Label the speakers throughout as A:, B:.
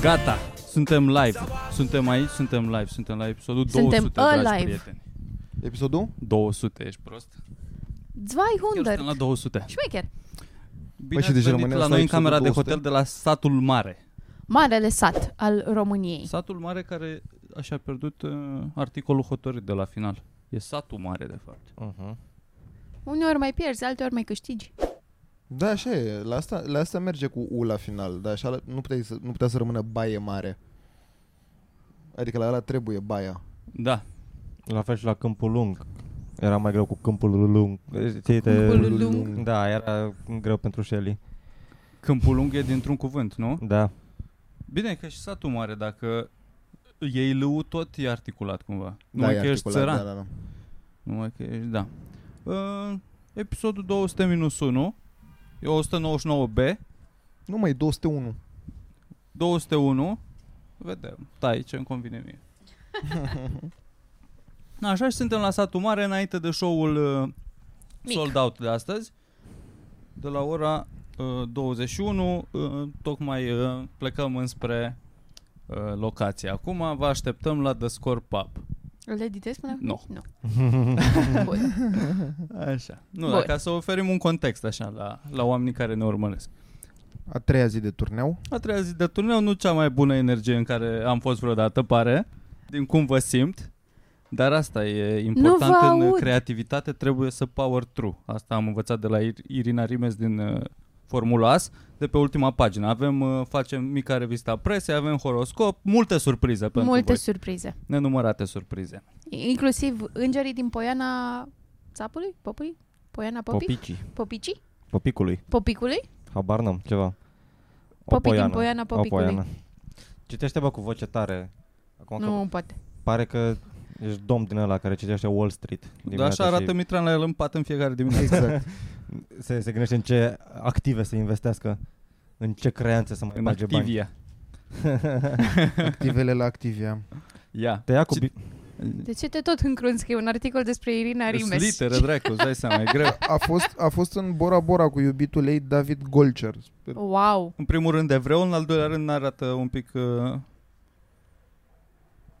A: Gata, suntem live. Suntem aici, suntem live, suntem live. Episodul
B: Suntem
A: 200, dragi
B: alive.
A: prieteni.
C: Episodul?
A: 200, ești prost?
B: Zwei
A: Eu suntem la
B: Hundert.
A: 200.
B: Șmecher.
A: Bine
C: Păi și
A: ați
C: deci
A: venit
C: rămânem
A: la
C: la
A: noi în
C: episodul
A: camera de
C: 200.
A: hotel de la Satul Mare.
B: Marele sat al României.
A: Satul Mare care a- și-a pierdut uh, articolul hotărât de la final. E Satul Mare, de fapt.
C: Uh-huh.
B: Uneori mai pierzi, alteori mai câștigi.
C: Da, așa e. La asta, la asta merge cu U la final. Dar așa la- nu, puteai să, nu putea să rămână baie mare. Adică la ăla trebuie baia.
A: Da,
D: La fel și la câmpul lung. Era mai greu cu câmpul lung. Ție te...
B: Câmpul lung.
D: Da, era greu pentru Shelly.
A: Câmpul Lung e dintr-un cuvânt, nu?
D: Da.
A: Bine că și Satul Mare, dacă ei lău tot e articulat cumva.
C: da,
A: Numai
C: e
A: că ești
C: articulat,
A: țăran.
C: Da, da, da.
A: Numai că ești, da. Uh, episodul 200 minus 1 e 199B,
C: Nu mai 201.
A: 201, vedem, tai ce îmi convine mie. Așa și suntem la satul mare înainte de show-ul uh,
B: Mic.
A: sold out de astăzi, de la ora uh, 21, uh, tocmai uh, plecăm înspre uh, locație. Acum vă așteptăm la The Score Pub.
B: Îl editezi până acum?
A: Nu.
B: Nu. Bun.
A: Așa. Nu,
B: Bun.
A: dar ca să oferim un context așa la, la oamenii care ne urmăresc.
C: A treia zi de turneu.
A: A treia zi de turneu, nu cea mai bună energie în care am fost vreodată, pare, din cum vă simt. Dar asta e important
B: vă
A: în
B: aud.
A: creativitate, trebuie să power through. Asta am învățat de la Ir- Irina Rimes din uh, Formula AS, de pe ultima pagină. Avem, uh, facem mica revista presei, avem horoscop, multe surprize pentru
B: Multe
A: voi.
B: surprize.
A: Nenumărate surprize.
B: Inclusiv îngerii din Poiana Țapului? Popului? Poiana Popi?
D: Popicii.
B: Popicii?
D: Popicului.
B: Popicului?
D: Habar n-am, ceva. O
B: Popii din Poiana
D: O
B: Popicului.
D: poiană. Citește, bă, cu voce tare. Acum nu. că
B: Nu poate.
D: pare că ești domn din ăla care citește Wall Street.
A: Dar așa
D: dimineața
A: arată
D: și
A: Mitran la el în pat în fiecare dimineață.
C: Exact.
D: se, se gândește în ce active să investească, în ce creanțe să mai
A: în
D: bage bani.
A: Activia.
C: Activele la Activia.
A: Ia.
D: Te ia cu
A: Ci-
D: bi-
B: De ce te tot încrunți că e un articol despre Irina
A: Sunt
B: Rimes?
A: litere, da. dracu, îți dai seama, e greu.
C: A fost, a fost în Bora Bora cu iubitul ei David Golcer.
B: Wow.
A: În primul rând evreu, în al doilea rând arată un pic... Uh,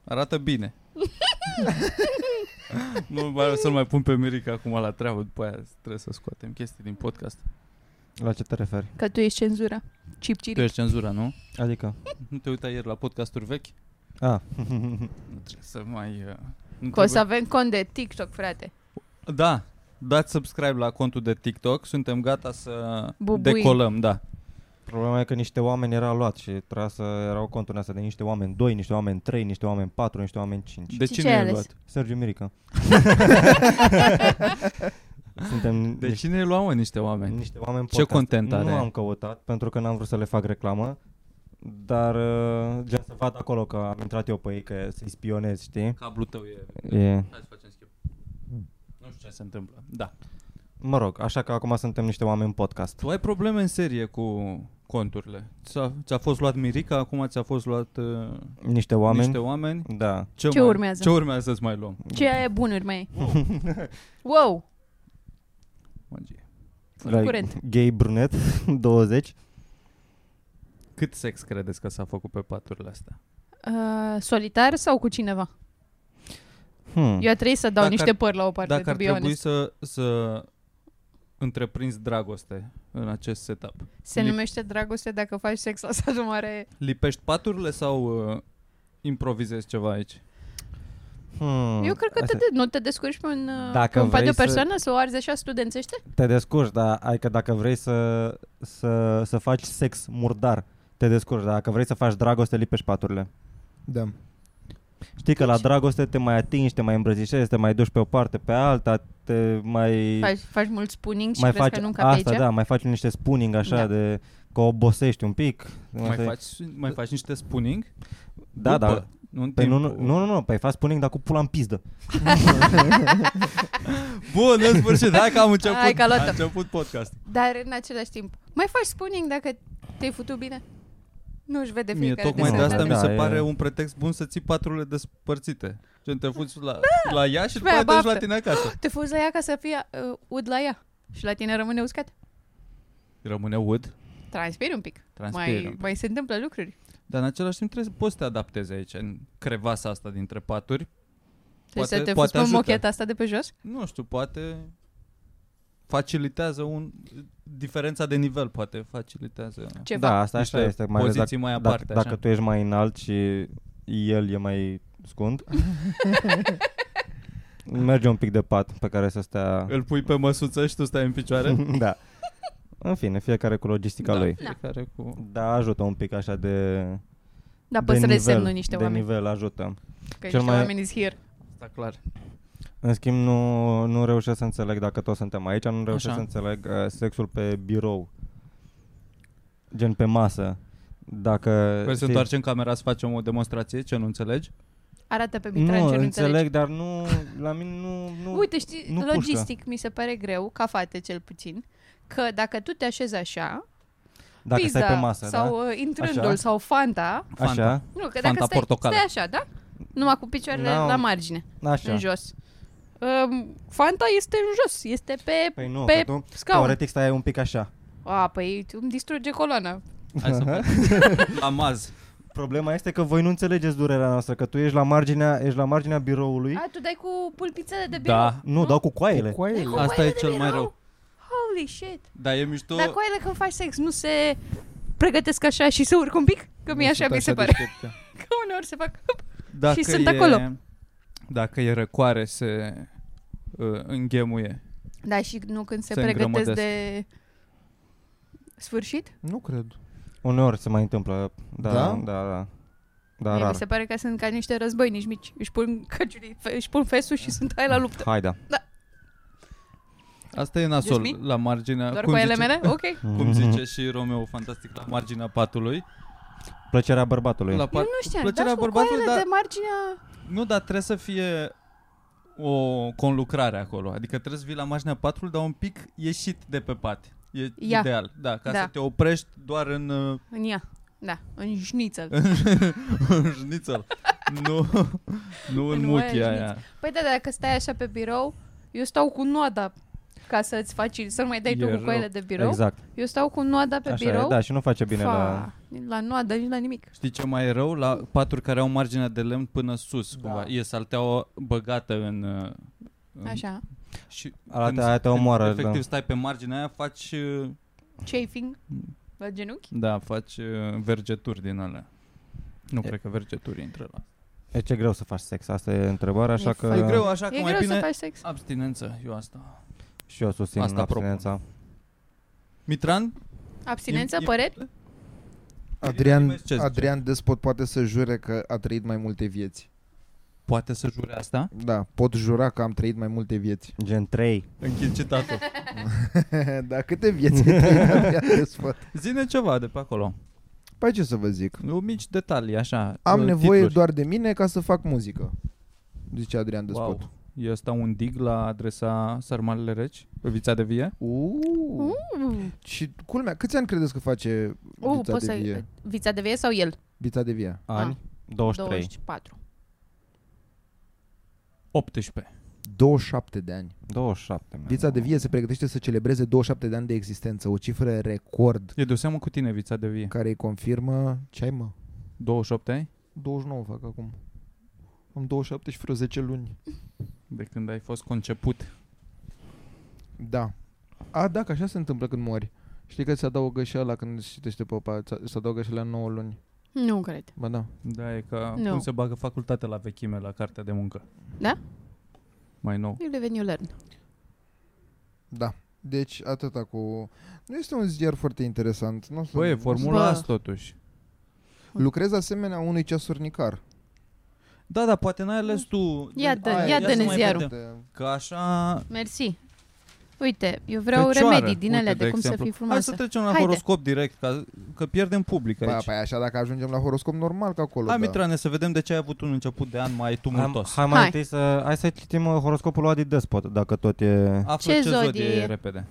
A: arată bine. nu mai să-l mai pun pe Mirica acum la treabă, după aia trebuie să scoatem chestii din podcast.
D: La ce te referi?
B: Că tu ești cenzura. Cip,
A: Tu
B: cip.
A: ești cenzura, nu?
D: Adică?
A: Nu te uita ieri la podcasturi vechi?
D: A,
A: Nu trebuie să mai... Uh, nu
B: Că o să avem cont de TikTok, frate.
A: trebuie- Da, dați subscribe la contul de TikTok, suntem gata să
B: Bubuim.
A: decolăm, da.
D: Problema e că niște oameni erau luat și trebuia să erau conturile astea de niște oameni 2, niște oameni 3, niște oameni 4, niște oameni 5.
A: De
B: Și
A: cine
B: ce ai
A: ai
B: ales?
A: luat?
D: Sergiu Mirica. Suntem
A: De
D: niște,
A: cine ai luat, mă, niște oameni?
D: niște oameni
A: Deci Ce
D: podcast.
A: content are?
D: Nu am căutat pentru că n-am vrut să le fac reclamă, dar uh, gen să vad acolo că am intrat eu pe ei că să-i spionez, știi?
A: Cablul tău e...
D: E,
A: Hai să facem schimb. Nu știu ce se întâmplă. Da.
D: mă rog, așa că acum suntem niște oameni podcast.
A: Tu ai probleme în serie cu conturile. Ți-a, ți-a fost luat Mirica, acum ți-a fost luat uh,
D: Niște oameni.
A: niște oameni.
D: Da.
B: Ce
A: mai,
B: urmează?
A: Ce urmează să-ți mai luăm?
B: Ce e bunuri mai Wow.
A: Magie.
B: Sunt curent.
D: Gay brunet, 20.
A: Cât sex credeți că s-a făcut pe paturile astea?
B: Uh, solitar sau cu cineva?
D: Hmm.
B: Eu trebuie să dau
A: Mm. Dacă ar-
B: dacă niște păr la o parte,
A: Dacă
B: to
A: ar
B: be
A: trebui
B: honest.
A: să, să întreprinzi dragoste în acest setup,
B: Se
A: Lip-
B: numește dragoste dacă faci sex la satul mare.
A: lipești paturile sau uh, improvizezi ceva aici?
D: Hmm.
A: Mm.
B: Eu cred că te, de- nu te descurci pe un, uh,
D: Dacă
B: pe un pat de o
D: vrei să-
B: persoană să o arzi așa studențește?
D: Te descurci, dar adică dacă vrei să, să, să faci sex murdar, te descurci, dar dacă vrei să faci dragoste, lipești paturile.
C: Da.
D: Știi că la
B: Deci-
D: dragoste te mai atingi, te mai îmbrățișezi, te mai duci pe o parte, pe alta, te mai...
B: Faci, faci mult spooning și
D: mai
B: crezi
D: faci
B: că nu capi
D: asta,
B: aici?
D: da, mai faci niște spooning așa
B: Da.
D: de că obosești un pic.
A: Mai
D: Asta e-
A: faci, mai faci niște spooning?
D: Da,
A: După,
D: da.
A: Nu, în
D: Păi nu, nu,
A: timpul-
D: nu, nu, nu, păi faci spooning, dar cu pula în pizdă.
A: Bun, în sfârșit, hai că am început,
B: Hai că a luat-o.
A: a început podcast.
B: Dar în același timp, mai faci spooning dacă te-ai futut bine? Nu își vede
A: Mie
B: fiecare
A: tocmai de
D: sănătate.
A: asta mi se
D: Da, e-
A: pare un pretext bun să ții patrurile despărțite. Gen, te fuți la, la ea Da. și
B: Și
A: după aia
B: pe
A: te duci la
B: baftă.
A: tine acasă.
B: Te fuzi la ea ca să fie uh, ud la ea și la tine rămâne uscat.
A: Rămâne ud,
B: Transpiri un pic.
A: transpiră.
B: Mai, mai se întâmplă lucruri.
A: Dar în același timp trebuie, poți să te adaptezi aici, în crevasa asta dintre paturi.
B: Deci
A: Poate-
B: să te
A: poate
B: fuzi pe
A: ajută.
B: mocheta asta de pe jos?
A: Nu știu, poate facilitează un... Diferența de nivel poate facilitează
B: Ceva.
D: Da, asta,
A: niște
D: asta este. Mai ales
A: poziții mai
D: dacă,
A: aparte.
D: dacă,
A: așa.
D: dacă tu ești mai înalt și el e mai scund, merge un pic de pat pe care să stea...
A: Îl pui pe măsuță și tu stai în picioare?
D: da. În fine, fiecare cu logistica
A: da,
D: lui.
A: fiecare cu...
D: Da, ajută un pic așa de...
B: Dar
D: de
B: Da, poți să le
D: nivel,
B: semnui niște
D: de
B: oameni.
D: nivel ajută.
B: Că
D: Cel
B: niște
D: mai-
B: oameni is here.
A: Asta
D: Eh,
A: clar.
D: În schimb, nu, nu reușesc să înțeleg, dacă toți suntem aici, nu
A: Așa.
D: reușesc să înțeleg uh, sexul pe birou. Gen pe masă. Dacă...
A: Păi să
D: știi-
A: întoarcem camera să facem o demonstrație, ce nu înțelegi?
B: Arată pe Mitran
D: Nu,
B: ce nu înțelegi.
D: înțeleg, dar nu... La mine nu... nu
B: Uite, știi,
D: nu pușcă.
B: logistic mi se pare greu, ca fate cel puțin, că dacă tu te așezi așa,
D: dacă
B: pizza
D: stai pe masă,
B: sau
D: da?
B: uh, intrândul
D: Așa.
B: sau fanta,
D: Așa,
B: nu, că dacă
A: Fanta
B: stai,
A: portocală.
B: stai așa, da? Numai cu picioarele
D: N-au-
B: la margine,
D: așa.
B: în jos. Um, fanta este în jos, este pe,
D: Păi nu,
B: pe
D: că tu
B: scaun.
D: teoretic stai un pic așa.
B: A, păi îmi distruge coloana.
A: Hai să La maz.
D: Problema este că voi nu înțelegeți durerea noastră, că tu ești la marginea, eși la marginea biroului.
B: A, tu dai cu pulpițele de birou?
A: Da.
D: nu, dau cu coaiele.
C: Cu
B: Dai
C: coaiele.
B: cu
A: Asta
B: coaiele
A: e
B: de
A: cel mai
B: birou?
A: rău.
B: Holy shit.
A: Dar e mișto...
B: Dar coaiele când faci sex nu se pregătesc așa și se urc un pic? Că mie așa mi se pare. Că uneori se fac... hup.
A: Dacă
B: sunt
A: e,
B: acolo.
A: Dacă e răcoare, se uh, înghemuie.
B: Da, și nu când se,
A: Se
B: pregătesc
A: îngrămădesc.
B: de sfârșit?
C: Nu cred.
D: Uneori se mai întâmplă. Da,
C: Da?
D: da, da. da.
B: Mie
D: Dar rar.
B: Mi se pare că sunt ca niște războinici mici. Își pun căciurii, fe- își pun fesul și sunt hai la luptă.
D: Hai, da.
A: Asta e nasol,
B: Jasmin?
A: la marginea...
B: Doar
A: Da, cum
B: cu ele
A: zice,
B: mele? Ok.
D: Mhm.
A: Cum zice și Romeo Fantastic, la marginea patului.
D: Plăcerea bărbatului.
A: La
D: La...
A: pat...
B: Eu nu știam, dar
A: Plăcerea
B: și cu
A: bărbatului,
B: coaiele
A: dar...
B: de marginea...
A: Nu, dar trebuie să fie o conlucrare acolo. Adică trebuie să vii la marginea patului, dar un pic ieșit de pe pat. E
B: Ia.
A: ideal, da, ca
B: Da.
A: să te oprești doar în, uh,
B: În ea. Da, în șnițel.
A: în jnițel. nu, nu în,
B: În
A: muchia
B: oaia
A: aia.
B: Păi da, dacă stai așa pe birou, eu stau cu noada ca să-ți faci, să nu mai dai
A: E
B: tu cu
A: rău.
B: coile de birou.
D: Exact.
B: Eu stau cu noada pe
D: Așa
B: birou.
D: e, da, și nu face bine
B: Fa,
D: la...
B: la noadă, nici la nimic.
A: Știi ce mai e rău? La paturi care au marginea de lemn până sus, da. cumva. E salteaua băgată în... uh, în
B: Așa.
A: Și
D: Arată,
A: când-
D: aia te
A: când
D: omoară,
A: Efectiv
D: da.
A: stai pe marginea aia, faci... uh,
B: Chafing la genunchi.
A: Da, faci uh, vergeturi din alea. Nu
D: E-
A: cred că vergeturi intră la...
D: E ce greu să faci sex, asta e întrebarea, așa
B: E
D: că...
A: E greu, așa că
B: e
A: mai
B: greu
A: bine...
B: să faci sex.
A: Abstinență, eu asta.
D: Și eu susțin
A: Asta
D: asta
A: propun.
D: abstinența.
A: Mitran?
B: Abstinență,
A: E- e-
B: păreri?
A: Irina
C: Adrian,
A: Dimescu, ce zice?
C: Adrian Despot poate să jure că a trăit mai multe vieți.
A: Poate să jure asta?
C: Da, pot jura că am trăit mai multe vieți.
D: Gen 3.
A: Închid citatul.
C: da, câte vieți ai trăit Adrian Despot?
A: Zine ceva de pe acolo.
C: Păi ce să vă zic?
A: Nu, Mici detalii, așa.
C: Am
A: uh,
C: nevoie
A: titluri.
C: doar de mine ca să fac muzică. Zice Adrian Despot.
A: Wow. E asta un dig la adresa Sărmalele Reci? Vița de vie?
C: Uuu.
B: Uh,
C: Și culmea, câți ani credeți că face
B: uh,
C: Bița
B: poți
C: de
B: să...
C: vie?
B: Vița de vie sau el?
C: Bița de vie.
B: Ah.
D: Ani? 23.
B: 24.
A: 18.
C: 27 de ani.
D: 27. mea.
C: Vița de vie se pregătește să celebreze 27 de ani de existență, o cifră record
A: E de seamă cu tine Vița de vie.
C: care îi confirmă ce ai mă?
A: 28 ai?
C: 29 fac acum. Am 27 și vreo 10 luni.
A: De când ai fost conceput.
C: Da. A, da, că așa se întâmplă când mori. Știi că se adaugă și ăla când se citește popa, se adaugă și la 9 luni.
B: Nu cred.
C: Ba da.
A: Da, e ca
B: Nu.
A: cum se bagă facultatea la vechime, la cartea de muncă.
B: Da?
A: Mai nou.
B: You live and you learn.
C: Da. Deci atâta cu... Nu este un ziar foarte interesant. Nu
A: Băi, e
C: sunt-
A: formula
B: Bă.
A: asta totuși.
C: Lucrez asemenea unui ceasurnicar.
A: Da, da, poate n-ai ales tu.
B: Ia dă-
A: Aia,
B: Da, ia
A: să
B: dă-ne
A: mai
B: ziarul.
A: vedem. Că așa
B: Mersi. Uite, eu vreau
A: Fecioară.
B: remedii din
A: Uite,
B: alea de, cum să
A: exemplu.
B: fii
A: Hai
B: frumoasă.
A: să trecem la
B: Haide.
A: horoscop direct, ca, că pierdem public
C: Ba,
A: aici.
C: păi așa dacă ajungem la horoscop normal că acolo.
A: Hai,
C: da.
A: Mitrane, să vedem de ce ai avut un început de an mai
D: Hai,
A: tumultos.
D: hai mai
B: Hai.
D: întâi să... Hai să citim uh, horoscopul lui Adi Despot, dacă tot e...
A: Află ce,
B: Ce
A: zodie,
B: zodie
A: e
B: e?
A: repede.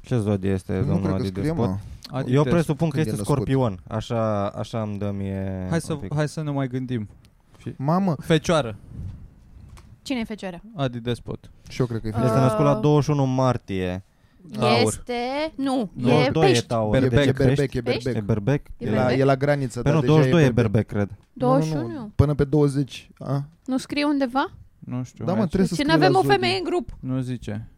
D: Ce zodie este
C: Nu
D: domnul
C: cred că
D: Adi
C: scrie,
D: Despot?
C: mă.
A: Adică,
D: Eu presupun că
C: când e
D: este
C: născut.
D: scorpion. Așa, așa îmi dă mie...
A: hai,
D: un
A: să,
D: pic.
A: hai să ne mai gândim.
C: Mamă,
A: Fecioară,
B: Cine e fecioarea?
A: Adi Despot.
C: și eu cred că e
B: Ah.
C: fecioară.
D: Este născut la
B: Uh.
D: 21 martie.
A: Taur.
B: Este... Nu,
A: Nu,
B: e
D: doi
B: pești.
D: e taur.
C: Berbec,
D: Deci
C: e berbec,
D: pești.
C: e berbec.
D: E berbec.
B: E
C: E
D: la-
C: la,
B: berbec?
C: e la graniță,
D: Pe nu,
C: da, deja
D: 22 e
C: berbec.
D: berbec, cred.
C: Nu, nu,
B: 21. Nu,
C: nu. Până pe 20. A?
B: scrie undeva?
A: Nu știu.
C: Da, mă,
A: hai.
C: trebuie să
B: Deci
C: scrii
B: nu avem
C: la
B: o
C: zodii.
B: femeie în grup.
A: Nu zice.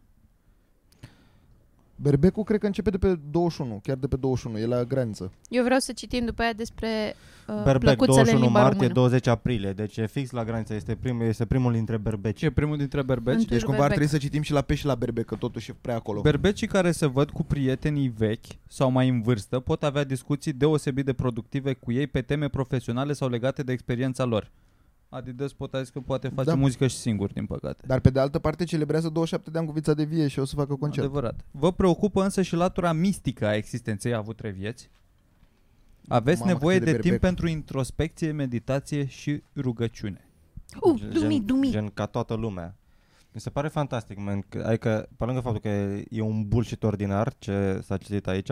C: Berbecul cred că începe de pe 21, chiar de pe 21, e la graniță.
B: Eu vreau să citim după aia despre uh,
D: Berbec,
B: plăcuțele în
D: 21
B: limba
D: martie,
B: română.
D: 20 aprilie. Deci e fix la graniță. Este, prim, este primul dintre berbeci.
A: Ce e primul dintre berbeci?
B: Întâi
C: Deci cumva ar
B: berbec.
C: trebui să citim și la pe și la berbec, că totuși e prea acolo.
A: Berbecii care se văd cu prietenii vechi sau mai în vârstă pot avea discuții deosebit de productive cu ei pe teme profesionale sau legate de experiența lor. Adidas pot a zis că poate face
C: Da.
A: da. muzică și singur, din păcate.
C: Dar pe de altă parte celebrează 27 de ani cu vița de vie și o să facă concert.
A: Adevărat. Vă preocupă însă și latura mistică a existenței, a avut trei vieți. Aveți
C: Mamă,
A: nevoie
C: cât e
A: de, de
C: de
A: timp
C: berbec.
A: pentru introspecție, meditație și rugăciune.
B: Uh, dumi, dumi.
D: Gen ca toată lumea. Mi se pare fantastic, man. că- Adică, pe lângă faptul că e- e un bullshit ordinar ce s-a citit aici,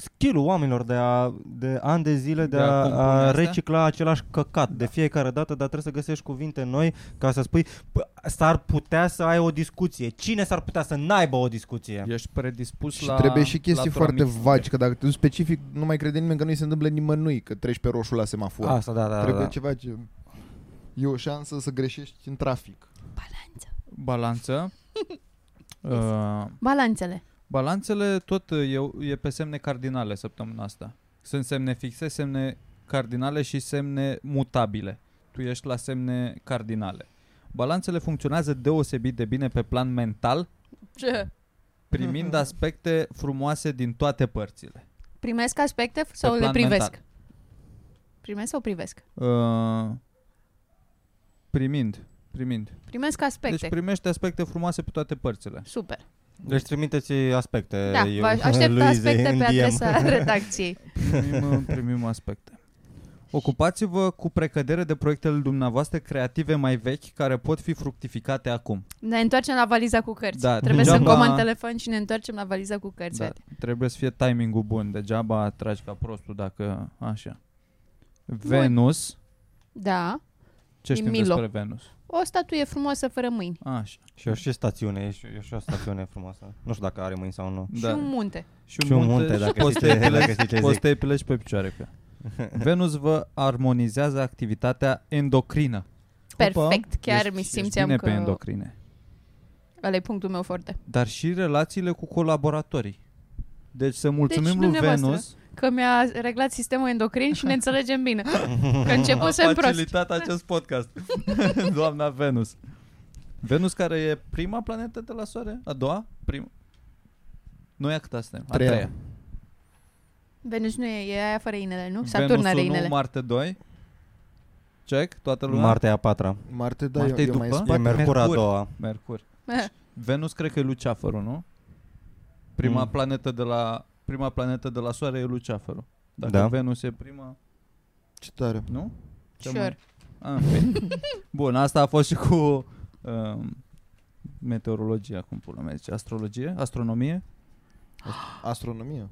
D: skill-ul oamenilor de, a, de ani de zile de,
A: De a
D: a, Da.
A: compune
D: a
A: astea?
D: recicla același căcat de fiecare dată, dar trebuie să găsești cuvinte noi ca să spui "Bă, s-ar putea să ai o discuție. Cine s-ar putea să n-aibă o discuție?
A: Ești predispus
C: Și
A: la
C: trebuie și chestii
A: latura
C: foarte
A: mistică.
C: vagi, că dacă te duci specific, nu mai crede nimeni că nu-i se întâmplă nimănui că treci pe roșu la semafor.
D: Asta, da, da,
C: trebuie
D: da.
C: ceva ce... E o șansă să greșești în trafic.
B: Balanță.
A: Balanță. uh,
B: Balanțele.
A: Balanțele tot uh, e, e pe semne cardinale săptămâna asta. Sunt semne fixe, semne cardinale și semne mutabile. Tu ești la semne cardinale. Balanțele funcționează deosebit de bine pe plan mental,
B: Ce?
A: primind aspecte frumoase din toate părțile.
B: Primesc aspecte f- sau
A: Pe
B: le
A: plan
B: privesc?
A: mental.
B: Primesc sau privesc?
A: Uh, primind, primind.
B: Primesc aspecte.
A: Deci primește aspecte frumoase pe toate părțile.
B: Super.
D: Deci trimiteți aspecte.
B: Da,
D: eu,
B: vă aștept
D: Luizei,
B: aspecte
D: în
B: pe
D: DM.
B: adresa redacției.
A: Primim, uh, primim aspecte. Ocupați-vă cu precădere de proiectele dumneavoastră creative mai vechi care pot fi fructificate acum.
B: Ne întoarcem la valiza cu cărți.
A: Da,
B: Trebuie să
A: degeaba-
B: comand telefon și ne întoarcem la valiza cu cărți.
A: Da,
B: Da.
A: trebuie să fie timingul bun, degeaba tragi ca prostul dacă așa. Venus,
B: da.
A: ce
B: Din
A: știm
B: Milo.
A: despre Venus?
B: O statuie frumoasă fără mâini.
A: Așa,
D: Și o și stațiune, e și, e și o stațiune frumoasă. Nu știu dacă are mâini sau nu.
B: Da. Și un munte.
A: Și un,
D: Și un munte, dacă
A: poți
D: știi
A: să
D: ce- dacă
A: epilezi-
D: știi ce zic.
A: poți să te epilezi pe picioare cu ea. Venus vă armonizează activitatea endocrină.
B: Perfect. Chiar
A: Ești-
B: mi
A: ești
B: simțeam
A: bine
B: că
A: pe endocrine.
B: ăla e punctul meu foarte.
A: Dar și relațiile cu colaboratorii. Deci să mulțumim lui
B: dumneavoastră.
A: Venus
B: Că mi-a reglat sistemul endocrin și ne înțelegem bine. Că începusem prost.
A: facilitat acest podcast. Doamna Venus. Venus care e prima planetă de la Soare? A doua? Prima? Noi a câta suntem? A
C: Treia.
A: treia.
B: Venus nu e, e aia fără inele, nu? Saturn are
A: Venus 1,
B: inele.
A: Marte 2. Check, toată lumea?
D: Martea a patra.
C: Marte, da,
A: Marte
C: eu,
A: e
C: eu mai
A: după?
D: E
C: spate.
A: Mercur.
D: Mercur a doua.
A: Mercur.
B: Eh,
A: Venus cred că e Luceafărul, nu? Prima
D: Mm.
A: planetă de la prima planetă de la Soare e Luceafărul. Dacă
D: Da.
A: Venus e prima,
C: Ce tare.
A: nu? Cea mai-
B: Sure.
A: Ah, în fine. Bun, asta a fost și cu um, meteorologia, cum pula mea zice, astrologie, astronomie.
C: Astronomie.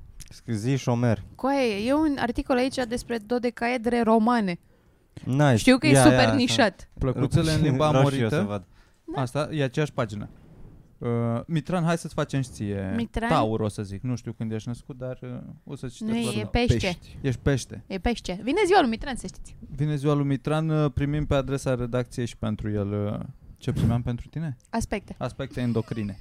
D: Zi și omer.
B: Coaie, e un articol aici despre dodecaedre romane.
D: Nice.
B: Știu că e
D: Ia,
B: super
D: ia,
B: nișat.
A: Plăcuțele în limba
D: Vreau și eu să
A: amorită.
D: văd.
B: Da.
A: Asta e aceeași pagină. Uh, Mitran, hai să-ți facem și ție
B: Mitran?
A: Taur o să zic, nu știu când ești născut Dar uh, o să citești
B: Nu,
A: doar
B: e
A: Taur.
B: pește.
C: Pești.
A: Ești pește
B: E pește. Vine ziua lui Mitran, să știți.
A: Vine ziua lui Mitran, uh, primim pe adresa redacției și pentru el uh, Ce primeam pentru tine?
B: Aspecte.
A: aspecte endocrine.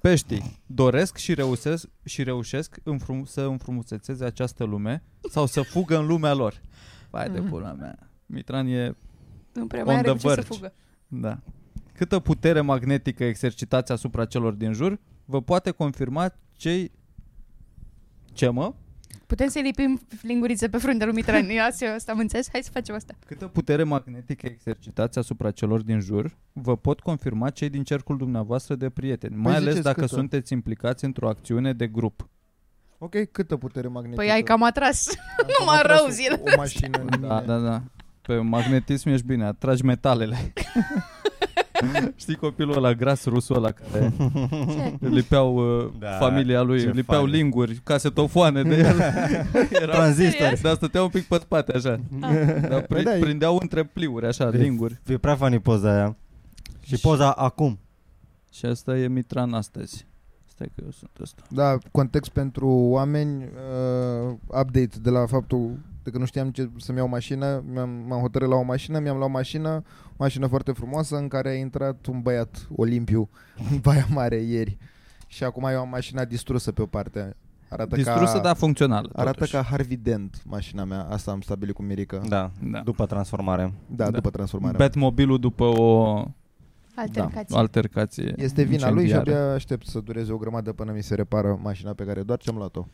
A: Peștii doresc și reușesc, și reușesc înfrum- să înfrumusețeze această lume sau să fugă în lumea lor. Vai de
B: Mhm.
A: pula mea. Mitran e...
B: Nu prea
A: On
B: mai
A: the
B: are cu ce să
A: verge.
B: fugă.
A: Da. Câtă putere magnetică exercitați asupra celor din jur, vă poate confirma cei... Ce mă?
B: Putem să-i lipim lingurițe pe frunte lui Mitran. Eu asta, eu asta am înțeles. Hai să facem asta.
A: Câtă putere magnetică exercitați asupra celor din jur, vă pot confirma cei din cercul dumneavoastră de prieteni, mai ales
C: Păi ziceți
A: dacă
C: câtă.
A: sunteți implicați într-o acțiune de grup.
C: Ok, câtă putere magnetică?
B: Păi ai cam atras.
C: Am
B: numai
C: atras
B: rău
C: o-
B: zilele
C: O mașină în
A: Da,
C: mine.
A: da, da. Pe magnetism ești bine, atragi metalele. Știi copilul ăla gras, rusul ăla care
B: Ce?
A: lipeau uh,
D: Da,
A: da, familia lui,
D: ce
A: lipeau
D: fain.
A: linguri, casetofoane de el. Era,
D: Tranzistor.
A: dar stăteau un pic pe spate așa. Dar
C: Păi
A: pri-
C: da, e-
A: prindeau între pliuri așa,
D: De-
A: linguri.
D: E prea funny poza aia. Și poza acum.
A: Și asta e Mitran astăzi. Stai că eu sunt ăsta.
C: Da, context pentru oameni, uh, update de la faptul de că nu știam ce să-mi iau mașină, mi-am, m-am hotărât la o mașină, mi-am luat mașină, mașină foarte frumoasă în care a intrat un băiat Olimpiu în Baia Mare ieri. Și acum eu am mașina distrusă pe o parte. Arată
A: Distrusă,
C: ca,
A: dar funcțională.
C: Arată
A: totuși.
C: ca Harvey Dent mașina mea, asta am stabilit cu Mirica. Da,
D: Da,
A: Da.
D: da, după transformare.
A: Da.
C: da. după transformarea.
A: Batmobilul după o
B: Altercații.
A: altercație
C: Este vina lui și
A: incendiară.
C: abia aștept să dureze o grămadă până mi se repară mașina pe care doar ce-am luat-o.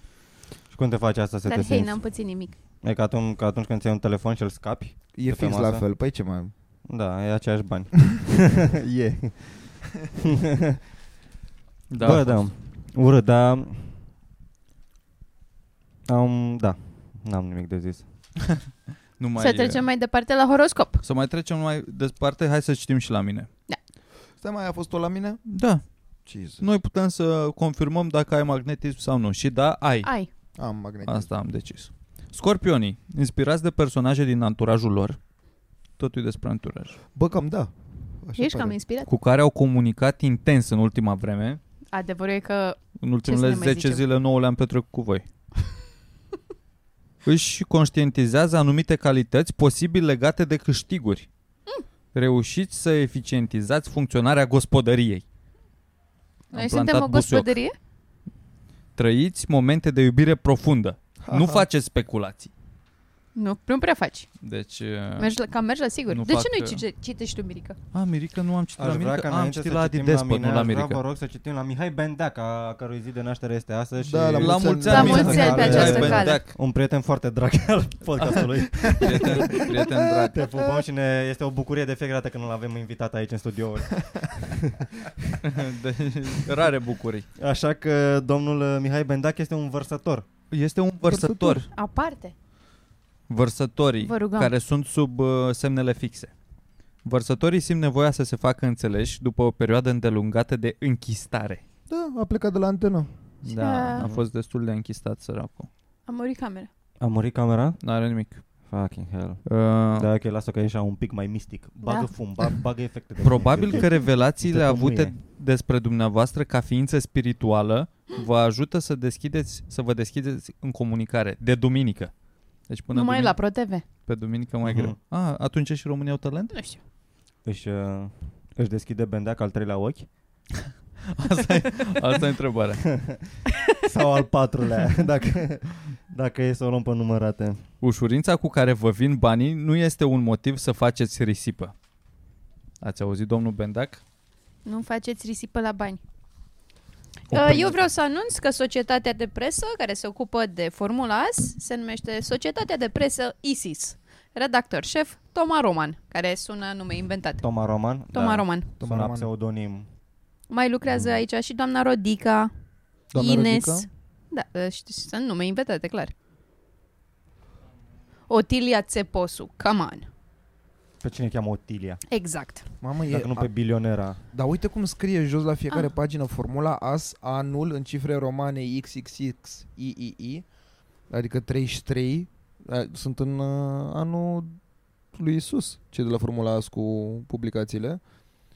D: Și cum te face asta să
B: Dar
D: te
B: hei,
D: simți?
B: n-am pățit nimic.
D: E ca atunci, ca atunci când ți iei un telefon și îl scapi?
C: E
D: pe
C: fix
D: masă?
C: la fel, păi ce mai...
D: Da, e aceiași bani.
C: e.
A: Da,
D: Bă, da, urât, dar... Am, da, n-am nimic de zis.
A: Nu mai eh,
B: Să trecem mai departe la horoscop.
A: Să mai trecem mai departe, hai să citim și la mine.
C: Stai mai, a fost o la mine?
A: Da,
C: Jesus.
A: noi putem să confirmăm dacă ai magnetism sau nu. Și da, ai.
B: Ai.
C: Am magnetism.
A: Asta am decis. Scorpionii, inspirați de personaje din anturajul lor, totul e despre anturaj,
C: Bă, cam da. Așa
B: Ești
C: pare.
B: cam inspirat.
A: cu care au comunicat intens în ultima vreme.
B: Adevărul e că
A: În
B: să
A: ultimele
B: ne mai
A: 10
B: zicem?
A: zile nouă le-am petrecut cu voi. Își conștientizează anumite calități posibil legate de câștiguri.
B: Mm.
A: Reușiți să eficientizați funcționarea gospodăriei. Am
B: noi suntem o
A: plantat busuioc.
B: gospodărie.
A: Trăiți momente de iubire profundă.
C: Ha,
A: Nu
C: ha.
A: faceți speculații.
B: Nu, nu prea faci.
A: Deci... uh,
B: Mergi la, cam mergi la sigur.
A: Nu
B: de ce
A: fac,
B: nu-i
A: uh,
B: cite- citești tu, Mirica?
A: A, Mirica, nu am citit la
D: Aș vrea
A: Mirica.
D: ca
A: Am
D: înainte
A: citit
D: să
A: la Adi
D: citim la
A: Despot,
D: mine,
A: nu la
D: aș vrea, vă
A: Mirica.
D: rog să citim la Mihai Bendeaca, a cărui zi de naștere este astăzi
C: Da,
D: și
C: la
A: La
C: mulți
A: mulți
C: ani.
A: ani,
B: La mulți ani pe
A: Mihai
B: această cale.
A: Bendeac,
D: un prieten foarte drag al podcastului.
A: Prieten, prieten drag.
D: Te pupăm și ne, este o bucurie de fiecare dată când îl avem invitat aici în studiouri.
A: Deci, rare bucurii.
D: Așa că domnul uh, Mihai Bendeac este un vărsător.
A: Este un vărsător.
B: Aparte.
A: Vărsătorii
B: Vă rugăm.
A: care sunt sub uh, semnele fixe. Vărsătorii simt nevoia să se facă înțeleși după o perioadă îndelungată de închistare.
C: Da, a plecat de la antenă.
A: Da, a fost destul de închistat săracul.
B: A murit camera.
D: A murit camera?
A: N-are nimic.
D: Fucking hell.
A: Uh,
D: Da, ok, lasă că e așa un pic mai mistic. Bagă
B: Da.
D: fum, ba, bagă efecte. de
A: Probabil
D: fum.
A: că revelațiile
D: Uite cum
A: avute
D: e.
A: despre dumneavoastră ca ființă spirituală vă ajută să deschideți, să vă deschideți în comunicare de duminică. Deci până
B: Numai
A: duminică,
B: la ProTV.
A: pe duminică mai
D: Mhm.
A: greu. Ah, atunci și România au talent?
B: Nu știu.
D: Își, uh, își deschide Bendeac al treilea ochi
A: Asta e, asta e întrebarea.
D: sau al patrulea, dacă, dacă e să o luăm pe numărate.
A: Ușurința cu care vă vin banii nu este un motiv să faceți risipă. Ați auzit, domnul
B: Uh,
A: Bendac?
B: Nu faceți risipă la bani.
A: O
B: Uh, Eu
A: perioadă.
B: vreau să anunț că societatea de presă care se ocupă de Formula AS se numește Societatea de Presă ISIS. Redactor șef Toma Roman, care sună nume inventat.
D: Toma Roman?
B: Toma
D: da.
B: Roman.
C: Toma
D: Sună
C: Roman.
D: pseudonim.
B: Mai lucrează aici și doamna Rodica,
C: Doamna
B: Ines.
C: Rodica?
B: Da, uh, știi, sunt nume inventate, clar. Otilia Țeposu, come on.
D: Pe cine cheamă Otilia?
B: Exact.
C: Mamă, e,
D: Dacă nu pe
C: a,
D: bilionera.
C: dar uite cum scrie jos la fiecare ah. pagină formula AS, anul în cifre romane XXX, III, adică 33, a, sunt în uh, anul lui Isus, cei de la formula AS cu publicațiile,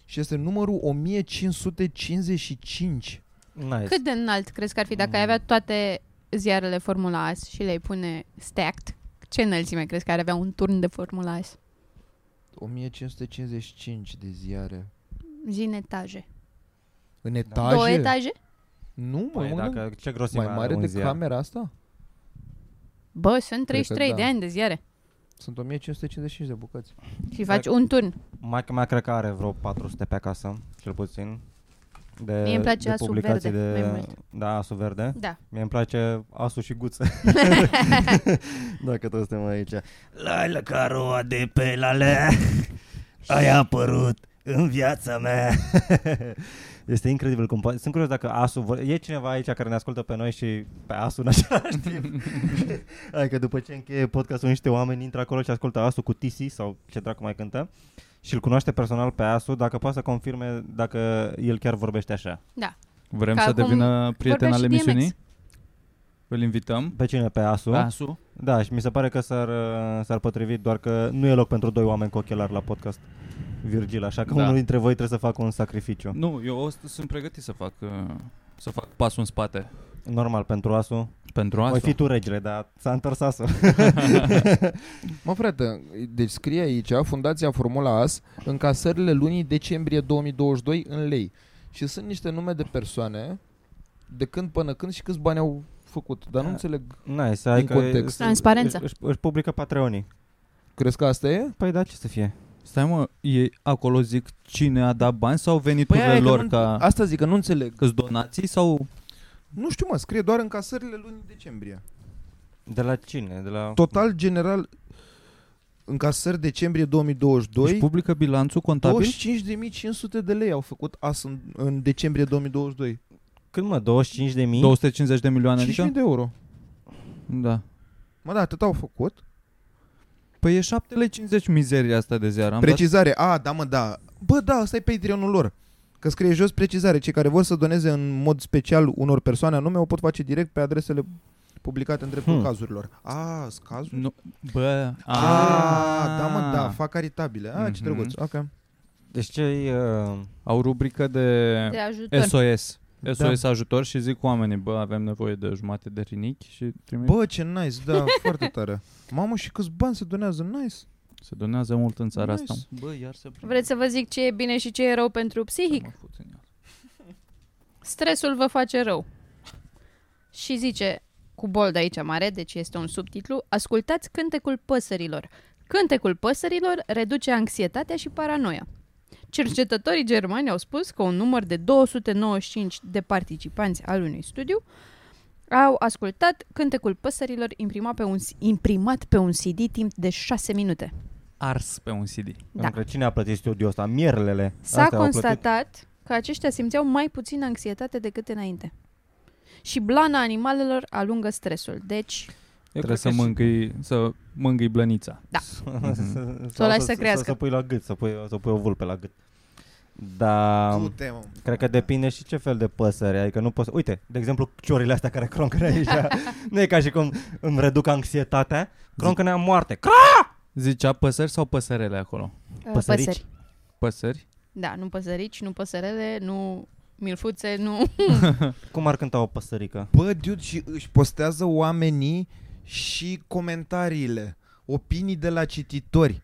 C: și este numărul 1555.
D: Nice.
B: Cât de înalt crezi că ar fi dacă ai
D: Mm.
B: avea toate ziarele Formula As și le-ai pune stacked? Ce înălțime crezi că ar avea un turn de Formula As?
C: 1555 de ziare.
B: Zi în etaje.
C: În
B: Aje?
C: etaje?
B: Două etaje?
C: Nu, mă,
D: Păi,
C: mă,
D: dacă, ce grosime
C: mai mare
D: are un
C: de
D: ziar?
C: camera asta?
B: Bă, sunt
C: Cred că
B: 33 de
C: da.
B: ani de ziare.
C: Sunt 1555 de bucăți.
B: Și
D: Dacă-
B: faci un turn.
D: Mai, mai cred că are vreo 400 pe acasă, cel puțin. De,
B: Mie îmi place
D: de
B: Asul
D: publicații
B: Verde
D: de,
B: mai mult.
D: Da, Asul Verde.
B: Da.
D: Mie îmi place Asu și Guță. Dacă toți suntem aici. La lăcaroa de pe la le, ai apărut în viața mea. este incredibil cum poate. Sunt curios dacă Asu... vor- E cineva aici care ne ascultă pe noi și pe Asu în același timp. adică după ce încheie podcastul, niște oameni intră acolo și ascultă Asu cu TC sau ce dracu mai cântă și îl cunoaște personal pe Asu dacă poate să confirme dacă el chiar vorbește așa.
B: Da.
A: Vrem
B: Ca
A: să
B: acum
A: devină prieten al
B: vorbea și DMX.
A: emisiunii? Îl invităm?
D: Pe cine? Pe Asu?
A: Asu?
D: Da, și mi se pare că s-ar, uh, s-ar potrivi, doar că nu e loc pentru doi oameni cu ochelari la podcast, Virgil, așa că
A: Da.
D: da. unul dintre voi trebuie să facă un sacrificiu.
A: Nu, eu o, sunt pregătit să fac uh, să fac pasul în spate
D: Normal, pentru ASU.
A: pentru
D: Voi
A: asta.
D: fi tu regele, dar s-a întors ASU.
C: Mă frate, deci scrie aici Fundația Formula AS încasările lunii decembrie 2022 în lei. Și sunt niște nume de persoane de când până când și câți bani au făcut. Dar nu
D: Da.
C: înțeleg.
D: Nice, hai
C: Din
D: că...
C: context.
B: Transparență.
D: Își, își, își publică Patreonii.
C: Crezi că asta e?
D: Păi da, ce să fie?
A: Stai mă, ei acolo zic cine a dat bani sau
B: Păi
C: aia
A: veniturile
C: e că
A: lor
C: nu,
A: ca...
C: Asta zic că nu înțeleg.
A: Că-s donații sau...
C: Nu știu mă, scrie doar încasările lunii decembrie.
D: De la cine? De la...
C: Total general încasări decembrie
A: Își
C: 2022
A: publică bilanțul contabil?
C: 25.500 de lei au făcut AS în, în decembrie 2022.
D: Cât mă? 25 de mii?
A: 250 de milioane,
C: 5.000
A: adică?
C: de euro.
A: Da.
C: Mă, da, atât au făcut.
A: Păi e 7 lei 50 mizeria asta de ziar. Am dat
C: Precizare, a, da mă, da Bă, da, ăsta e Patreon-ul lor Că scrie jos precizare, cei care vor să doneze în mod special unor persoane anume O pot face direct pe adresele publicate în dreptul
D: Hmm.
C: hmm. cazurilor A, sunt cazuri?
A: Nu, bă,
C: A,
A: a,
C: da mă, da, fac caritabile A, ce
A: Mhm.
C: drăguț, ok
D: Deci ce uh,
A: Au rubrică de,
B: De ajutor.
A: de SOS. SOS da. ajutor și zic oamenii, bă, avem nevoie de jumate de rinichi și trimit. Bă.
C: Bă, ce nice, da, foarte tare Mamă, și câți bani se donează, nice
A: Se donează mult în țara
C: Nice.
A: asta. Bă, iar să prind.
B: Vreți să vă zic ce e bine și ce e rău pentru psihic? Stresul vă face rău. Și zice, cu bold aici mare, deci este un subtitlu, ascultați cântecul păsărilor. Cântecul păsărilor reduce anxietatea și paranoia. Cercetătorii germani au spus că un număr de 295 de participanți al unui studiu au ascultat cântecul păsărilor imprimat pe un, imprimat pe un CD timp de 6 minute.
A: Ars pe un CD.
B: Da.
D: Pentru că cine a plătit studiul ăsta? Mierlele.
B: S-a
D: Astea au plătit.
B: constatat că aceștia simțeau mai puțin anxietate decât înainte. Și blana animalelor alungă stresul. Deci,
A: Eu
D: cred
A: Trebuie să
D: că și-
A: mângâi, să mângâi blănița.
D: Sau
B: lași să crească.
D: Să pui la gât, să pui, să pui o vulpe la gât. Da,
C: Du-te, mă.
D: cred că depinde și ce fel de păsări, adică nu poți să... Uite, de exemplu, ciorile astea care croncănă aici, nu e ca și cum îmi reduc anxietatea, croncănea moarte. Cro-
A: Zicea păsări sau păsărele acolo?
B: uh,
D: Păsărici.
B: păsări.
A: Păsări?
B: Da, nu păsărici, nu păsărele, nu milfuțe, nu...
D: Cum ar cânta o păsărică?
C: Bă, dude, și își postează oamenii și comentariile, opinii de la cititori.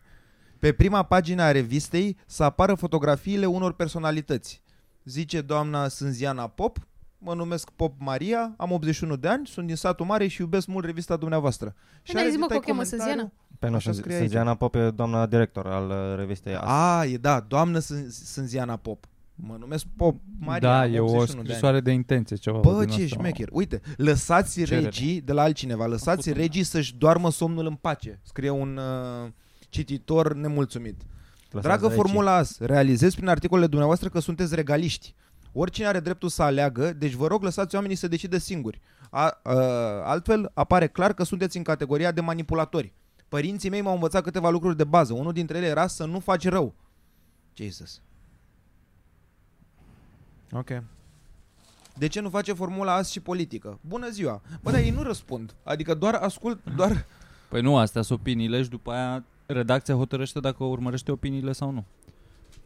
C: Pe prima pagină a revistei să apară fotografiile unor personalități. Zice doamna Sânziana Pop, mă numesc Pop Maria, am 81 de ani, sunt din satul mare și iubesc mult revista dumneavoastră.
B: dar
C: are
B: zi, mă,
C: detail
B: că o chemă
C: comentariu-
B: Sânziana.
D: Pe Păi nu
C: Așa
D: știu,
C: scrie aici.
D: Sângeana Pop e doamna director al uh, revistei asta.
C: A, e da, doamnă Sân- Sânziana Pop. Mă numesc Pop Maria,
A: da,
C: am
A: e o
C: 81 de ani.
A: scrisoare de intenție ceva.
C: Bă,
A: din
C: ce
A: asta.
C: șmecher. Uite, lăsați
A: Cerere.
C: regii de la altcineva, lăsați
A: Acum, da.
C: regii să-și doarmă somnul în pace. Scrie un uh, cititor nemulțumit.
D: Lăsați
C: Dragă
D: aici.
C: Formula AS, realizez prin articolele dumneavoastră că sunteți regaliști. Oricine are dreptul să aleagă, deci vă rog lăsați oamenii să decidă singuri. A, uh, altfel, apare clar că sunteți în categoria de manipulatori. Părinții mei m-au învățat câteva lucruri de bază. Unul dintre ele era să nu faci rău. Jesus. Ok. De ce nu face formula azi și politică? Bună ziua! Bă, dar ei nu răspund. Adică doar ascult, doar...
A: Păi nu, astea sunt opiniile și după aia redacția hotărăște dacă urmărește opiniile sau nu.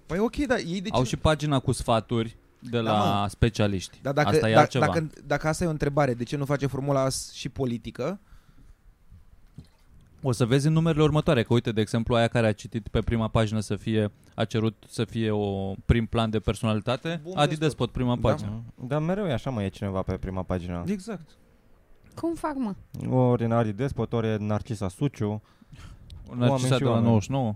C: Păi ok, dar ei de ce
A: Au și pagina cu sfaturi de
C: Da,
A: la
C: mă.
A: specialiști.
C: Dar dacă,
A: Asta e
C: da-
A: altceva.
C: Dacă, dacă asta e o întrebare, de ce nu face formula AS și politică?
A: O să vezi în numerele următoare, că uite, de exemplu, aia care a citit pe prima pagină să fie, a cerut să fie o prim plan de personalitate,
C: Bun
A: Adi
C: despot.
A: Despot, prima
C: Da.
A: pagină.
D: Mhm. Dar mereu e așa, mă, e cineva pe prima pagină.
C: Exact.
B: Cum fac, mă?
D: Ori în Ari Despot, ori e Narcisa Suciu,
A: Da.
D: Oameni
A: Narcisa
D: și
A: de la
D: oameni.
A: 99.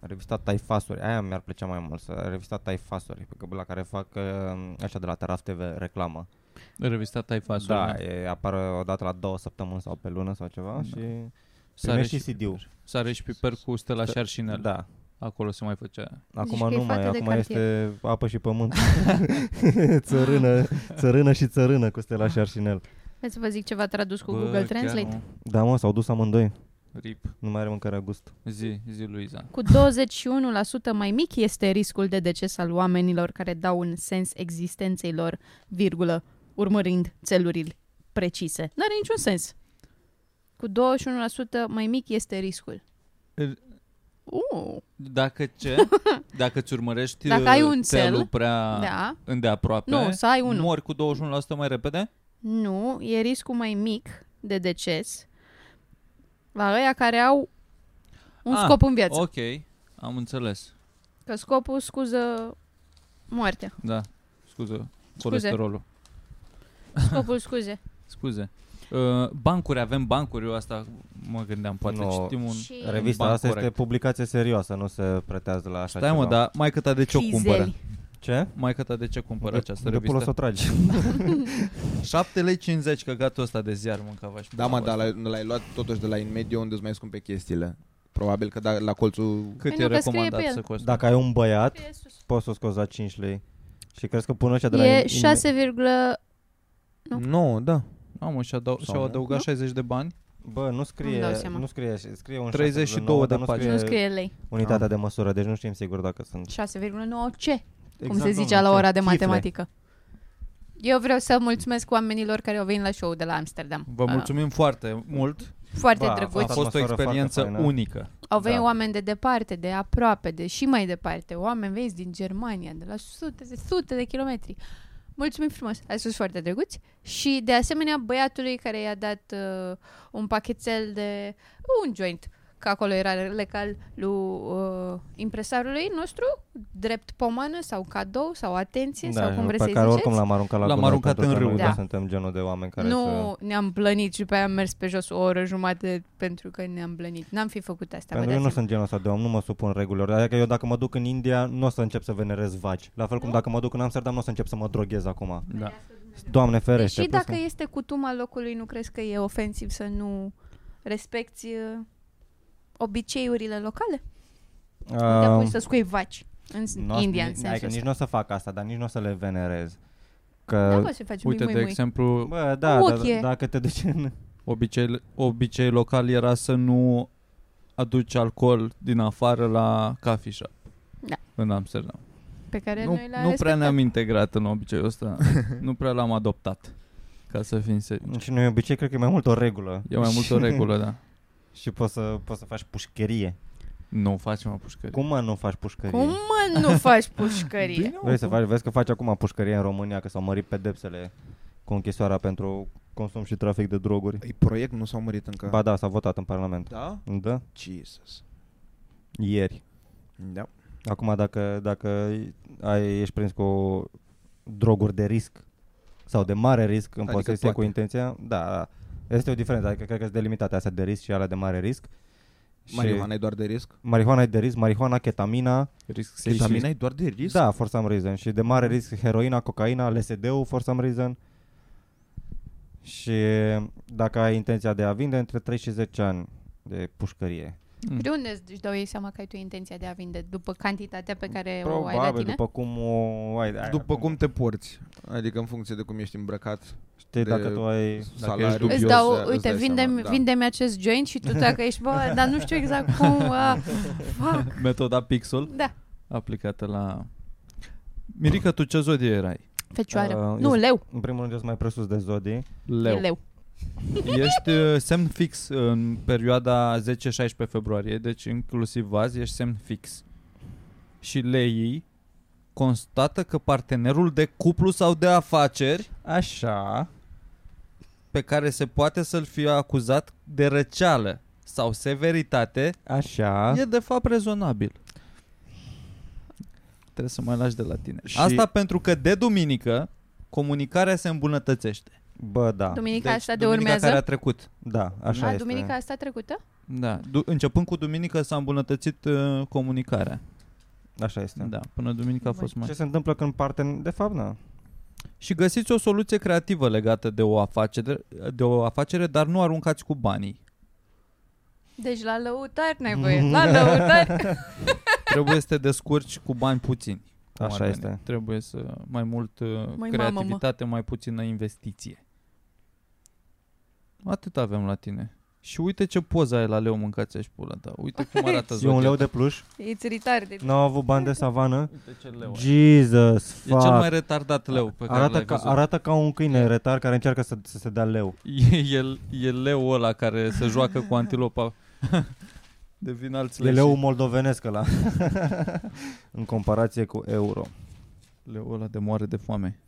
D: revista Taifasuri, aia mi-ar plăcea mai mult, să, revista Taifasuri, pe că- la care fac uh, așa de la Taraf TV reclamă.
A: Revista Taifasul.
D: Da, e, apară o dată la două săptămâni sau pe lună sau ceva
A: Da.
D: și
A: Sare
D: primești
A: și,
D: și CD-ul.
A: sare și piper cu Stella și Arșinel. Da.
D: Da.
A: Acolo se mai făcea.
B: Deci că
D: Acum
B: e
D: nu mai,
B: fată de
D: acum
B: cartier.
D: este apă și pământ. țărână, țărână și țărână cu Stella și Arșinel.
B: Vreți să vă zic ceva tradus cu Bă, Google Translate?
A: Chiar,
D: Da, mă, s-au dus amândoi.
A: mă, Rip.
D: Nu mai are mâncarea gust.
A: Zi, zi Luiza.
B: Cu 21% mai mic este riscul de deces al oamenilor care dau un sens existenței lor, virgulă, urmărind țeluri precise. N-are niciun sens. Cu 21% mai mic este riscul.
A: R-
B: Uh,
A: Dacă ce? Dacă îți urmărești
B: Dacă ai un
A: țelul
B: cel,
A: prea
B: da.
A: îndeaproape,
B: Nu, să ai unul.
A: mori cu 21% mai repede?
B: Nu, e riscul mai mic de deces la ăia care au un
A: Ah,
B: scop în viață.
A: Ok, am înțeles.
B: Că scopul scuză moartea.
A: Da, scuză, colesterolul.
B: Scopul scuze.
A: Scuze. Uh, bancuri, avem bancuri, eu asta mă gândeam, poate
D: No.
A: citim un...
B: Și-
D: Revista
A: Ban
D: asta
A: corect.
D: este publicație serioasă, nu se pretează la așa
A: Stai
D: ceva.
A: mă, dar mai ta de ce o cumpără?
B: Crizeli.
D: da. Ce?
A: Mai ta de ce cumpără această
D: de, de pulă
A: revistă?
D: să o tragi.
A: 7 lei 50 căcatul ăsta de ziar mâncava și
C: Da, mă, dar l-ai, l-ai luat totuși de la Inmedio unde îți mai scumpe chestiile. Probabil că da, la colțul...
A: Cât e
B: Pentru Păi că scrie
A: recomandat
B: pe el.
A: să coste?
D: Dacă ai un băiat, poți să o scoți la 5 lei. Și crezi că până ăștia de la...
B: E
D: in-
B: 6, virgulă-
C: Nu, no, da.
A: Mamă, și-au adău-
D: Sau
A: și-au
D: nu?
A: adăugat
B: Nu?
A: 60 de bani?
D: Bă, nu
B: Nu-mi dau
D: scrie,
B: seama.
D: nu scrie, așa, scrie un
A: 32
D: 6,9, dar
A: de pagini.
B: nu scrie lei.
A: Da.
D: unitatea de măsură, deci nu știm sigur dacă sunt.
B: 6,9 ce? Cum
D: Exact,
B: se zicea la
D: domnule,
B: ora de
D: chifle.
B: matematică. Eu vreau să mulțumesc oamenilor care au venit la show de la Amsterdam.
A: Vă
B: Ah,
A: mulțumim foarte mult.
B: Foarte
D: Ba,
A: A
B: drăguți.
D: Atmosferă
A: fost o
D: foarte
A: experiență
D: faină.
A: unică.
B: Au venit
D: Da.
B: oameni de departe, de aproape, de și mai departe. Oameni vezi din Germania, de la sute de, sute de kilometri. Mulțumim frumos, ați fost foarte drăguți. Și de asemenea băiatului care i-a dat uh, un pachetel de un joint, că acolo era legal lui uh, impresarului nostru, drept pomană sau cadou sau atenție sau cum vreți
D: Da, pe
B: să-i
D: care
B: ziceți.
D: oricum l-am aruncat la
A: L-am
D: gunoi,
A: aruncat
D: pentru
A: în
D: că
A: râu,
D: noi
B: da.
D: Nu suntem genul de oameni care să...
B: nu ne-am blănit și pe aia am mers pe jos o oră jumate pentru că ne-am blănit. N-am fi făcut asta.
D: Pentru
B: vă
D: că eu
B: dați
D: nu
B: seama.
D: sunt genul ăsta de om, nu mă supun regulilor. Adică eu dacă mă duc în India, nu o să încep să venerez vaci. La fel cum dacă mă duc în Amsterdam, nu o să încep să mă droghez acum.
A: Da.
D: Doamne ferește.
B: Deși
D: păi plus
B: Păi dacă
D: că-
B: este cutuma locului, nu crezi că e ofensiv să nu respecti uh, obiceiurile locale? Uh, Te
D: Ah,
B: apuci să scui vaci în
D: n-o-
B: n India, în
D: ni-
B: sensul
D: adică nici
B: ăsta.
D: nu o să fac asta, dar nici nu o să le venerez.
B: Da,
D: Că,
B: poți să faci
A: Uite,
B: mui,
A: de
B: mui, mui.
A: exemplu,
D: bă, da,
B: Cu
D: dar,
B: ochii.
D: dacă te duci în...
A: obicei, obicei local era să nu aduci alcool din afară la coffee shop.
B: Da.
A: În Amsterdam.
B: Pe care
A: Nu,
B: noi la
A: nu prea ne-am integrat în obiceiul ăsta. nu prea l-am adoptat. Ca să fim seri.
D: Și nu e obicei, cred că e mai mult o regulă.
A: E mai mult o regulă, da.
D: Și poți să, poți să faci pușcherie.
A: Nu facem o pușcărie.
D: Cum mă nu faci pușcărie?
B: Cum mă nu faci pușcărie?
A: Bine,
D: Vrei să faci, vezi că faci acum pușcărie în România, că s-au mărit pedepsele cu închisoarea pentru consum și trafic de droguri.
C: E Păi, proiect, nu s-au murit încă.
D: Ba da, s-a votat în Parlament.
C: da?
D: Da?
C: Jesus.
D: Ieri.
C: Da.
D: Acum dacă, dacă ai, ești prins cu droguri de risc sau de mare risc în
C: Adică
D: adică posesie cu
C: toate.
D: intenția, da, da. este o diferență, adică cred că sunt delimitate astea de risc și alea de mare risc. Și
C: Marihuana e doar de risc?
D: marihuana e de risc, marihuana, ketamina,
A: Risc să
C: Ketamina e doar de risc?
D: da, for some reason. Și de mare risc heroina, cocaina, LSD-ul, for some reason. Și dacă ai intenția de a vinde, între 3 și 10 ani de pușcărie.
B: De unde își dau ei seama că ai tu intenția de a vinde după cantitatea pe care o ai la
D: Probabil,
B: tine?
D: după cum o ai. da, ai
C: După
D: acum.
C: cum te porți, adică în funcție de cum ești îmbrăcat,
D: Știi,
C: de-
D: dacă tu ai...
C: salariul,
A: ești dubios,
B: Îți
C: îți
B: dau,
C: dai
B: uite,
C: seama,
B: vinde-mi,
C: da.
B: vinde-mi acest joint și tu dacă ești, bă, dar nu știu exact cum uh, fac.
A: Metoda Pixel
B: Da,
A: aplicată la... Mirica, tu ce zodie erai?
B: fecioară.
D: Uh,
B: nu,
D: eu-
B: leu.
D: În primul rând, eu sunt mai presus de zodii.
A: Leu.
B: E leu.
A: Ești uh, semn fix în perioada 10-16 februarie, deci inclusiv azi ești semn fix. Și leii constată că partenerul de cuplu sau de afaceri
D: Așa.
A: pe care se poate să-l fie acuzat de răceală sau severitate
D: Așa.
A: e de fapt rezonabil. Trebuie să mai lași de la tine.
D: Și-
A: Asta pentru că de duminică comunicarea se îmbunătățește.
D: Bă, da.
B: Duminica asta de
A: Deci, duminica
B: urmează.
A: care a trecut.
D: Da, așa
B: A,
D: este.
B: duminica asta trecută?
A: Da, du- începând cu duminică s-a îmbunătățit uh, comunicarea.
D: Așa este.
A: Da, până duminică a fost mai.
D: Ce se întâmplă când parten... De fapt, na.
A: Și găsiți o soluție creativă legată de o afacere, de o afacere dar nu aruncați cu banii.
B: Deci la lăutar n-ai voie. La lăutar.
A: Trebuie să te descurci cu bani puțini. cum ar
D: Așa
A: veni.
D: este.
A: Trebuie să mai mult uh,
B: mamă,
A: creativitate, mai puțină investiție. Atât avem la tine. Și uite ce poza ai la leu mâncați și pula ta. Uite cum arată
D: E un
A: zodiac.
D: leu de pluș.
B: It's retarded.
D: N-au avut bani de savană.
A: Uite ce leu ai.
D: Jesus,
A: E cel mai
D: fuck.
A: retardat leu pe care
D: Arată
A: l-ai
D: ca,
A: văzut.
D: arată ca un câine retar care încearcă să, să se dea leu.
A: E, e, e leu ăla care se joacă cu antilopa. Devin alți
D: E
A: leși.
D: leu moldovenesc la în comparație cu euro.
A: Leul ăla de moare de foame.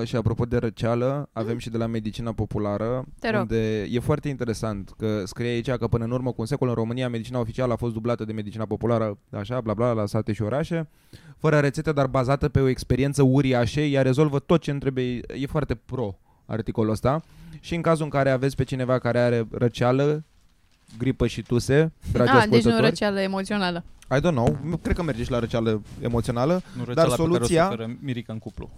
C: Uh, și apropo de răceală, avem și de la medicina populară,
B: Te rog.
D: Deci,
C: unde e foarte interesant că scrie aici că până în urmă cu un secol în România medicina oficială a fost dublată de medicina populară, așa, bla bla, la sate și orașe, fără rețete, dar bazată pe o experiență uriașe, ea rezolvă tot ce îmi trebuie, e foarte pro articolul ăsta și în cazul în care aveți pe cineva care are răceală, gripă și tuse, dragi
B: Ah, deci nu
C: ascultători,
B: răceală emoțională.
C: I don't know, cred că merge și la răceală emoțională,
A: Nu
C: Dar
A: Dar soluția... Pe
C: soluția-
A: care o suferă Mirica în cuplu.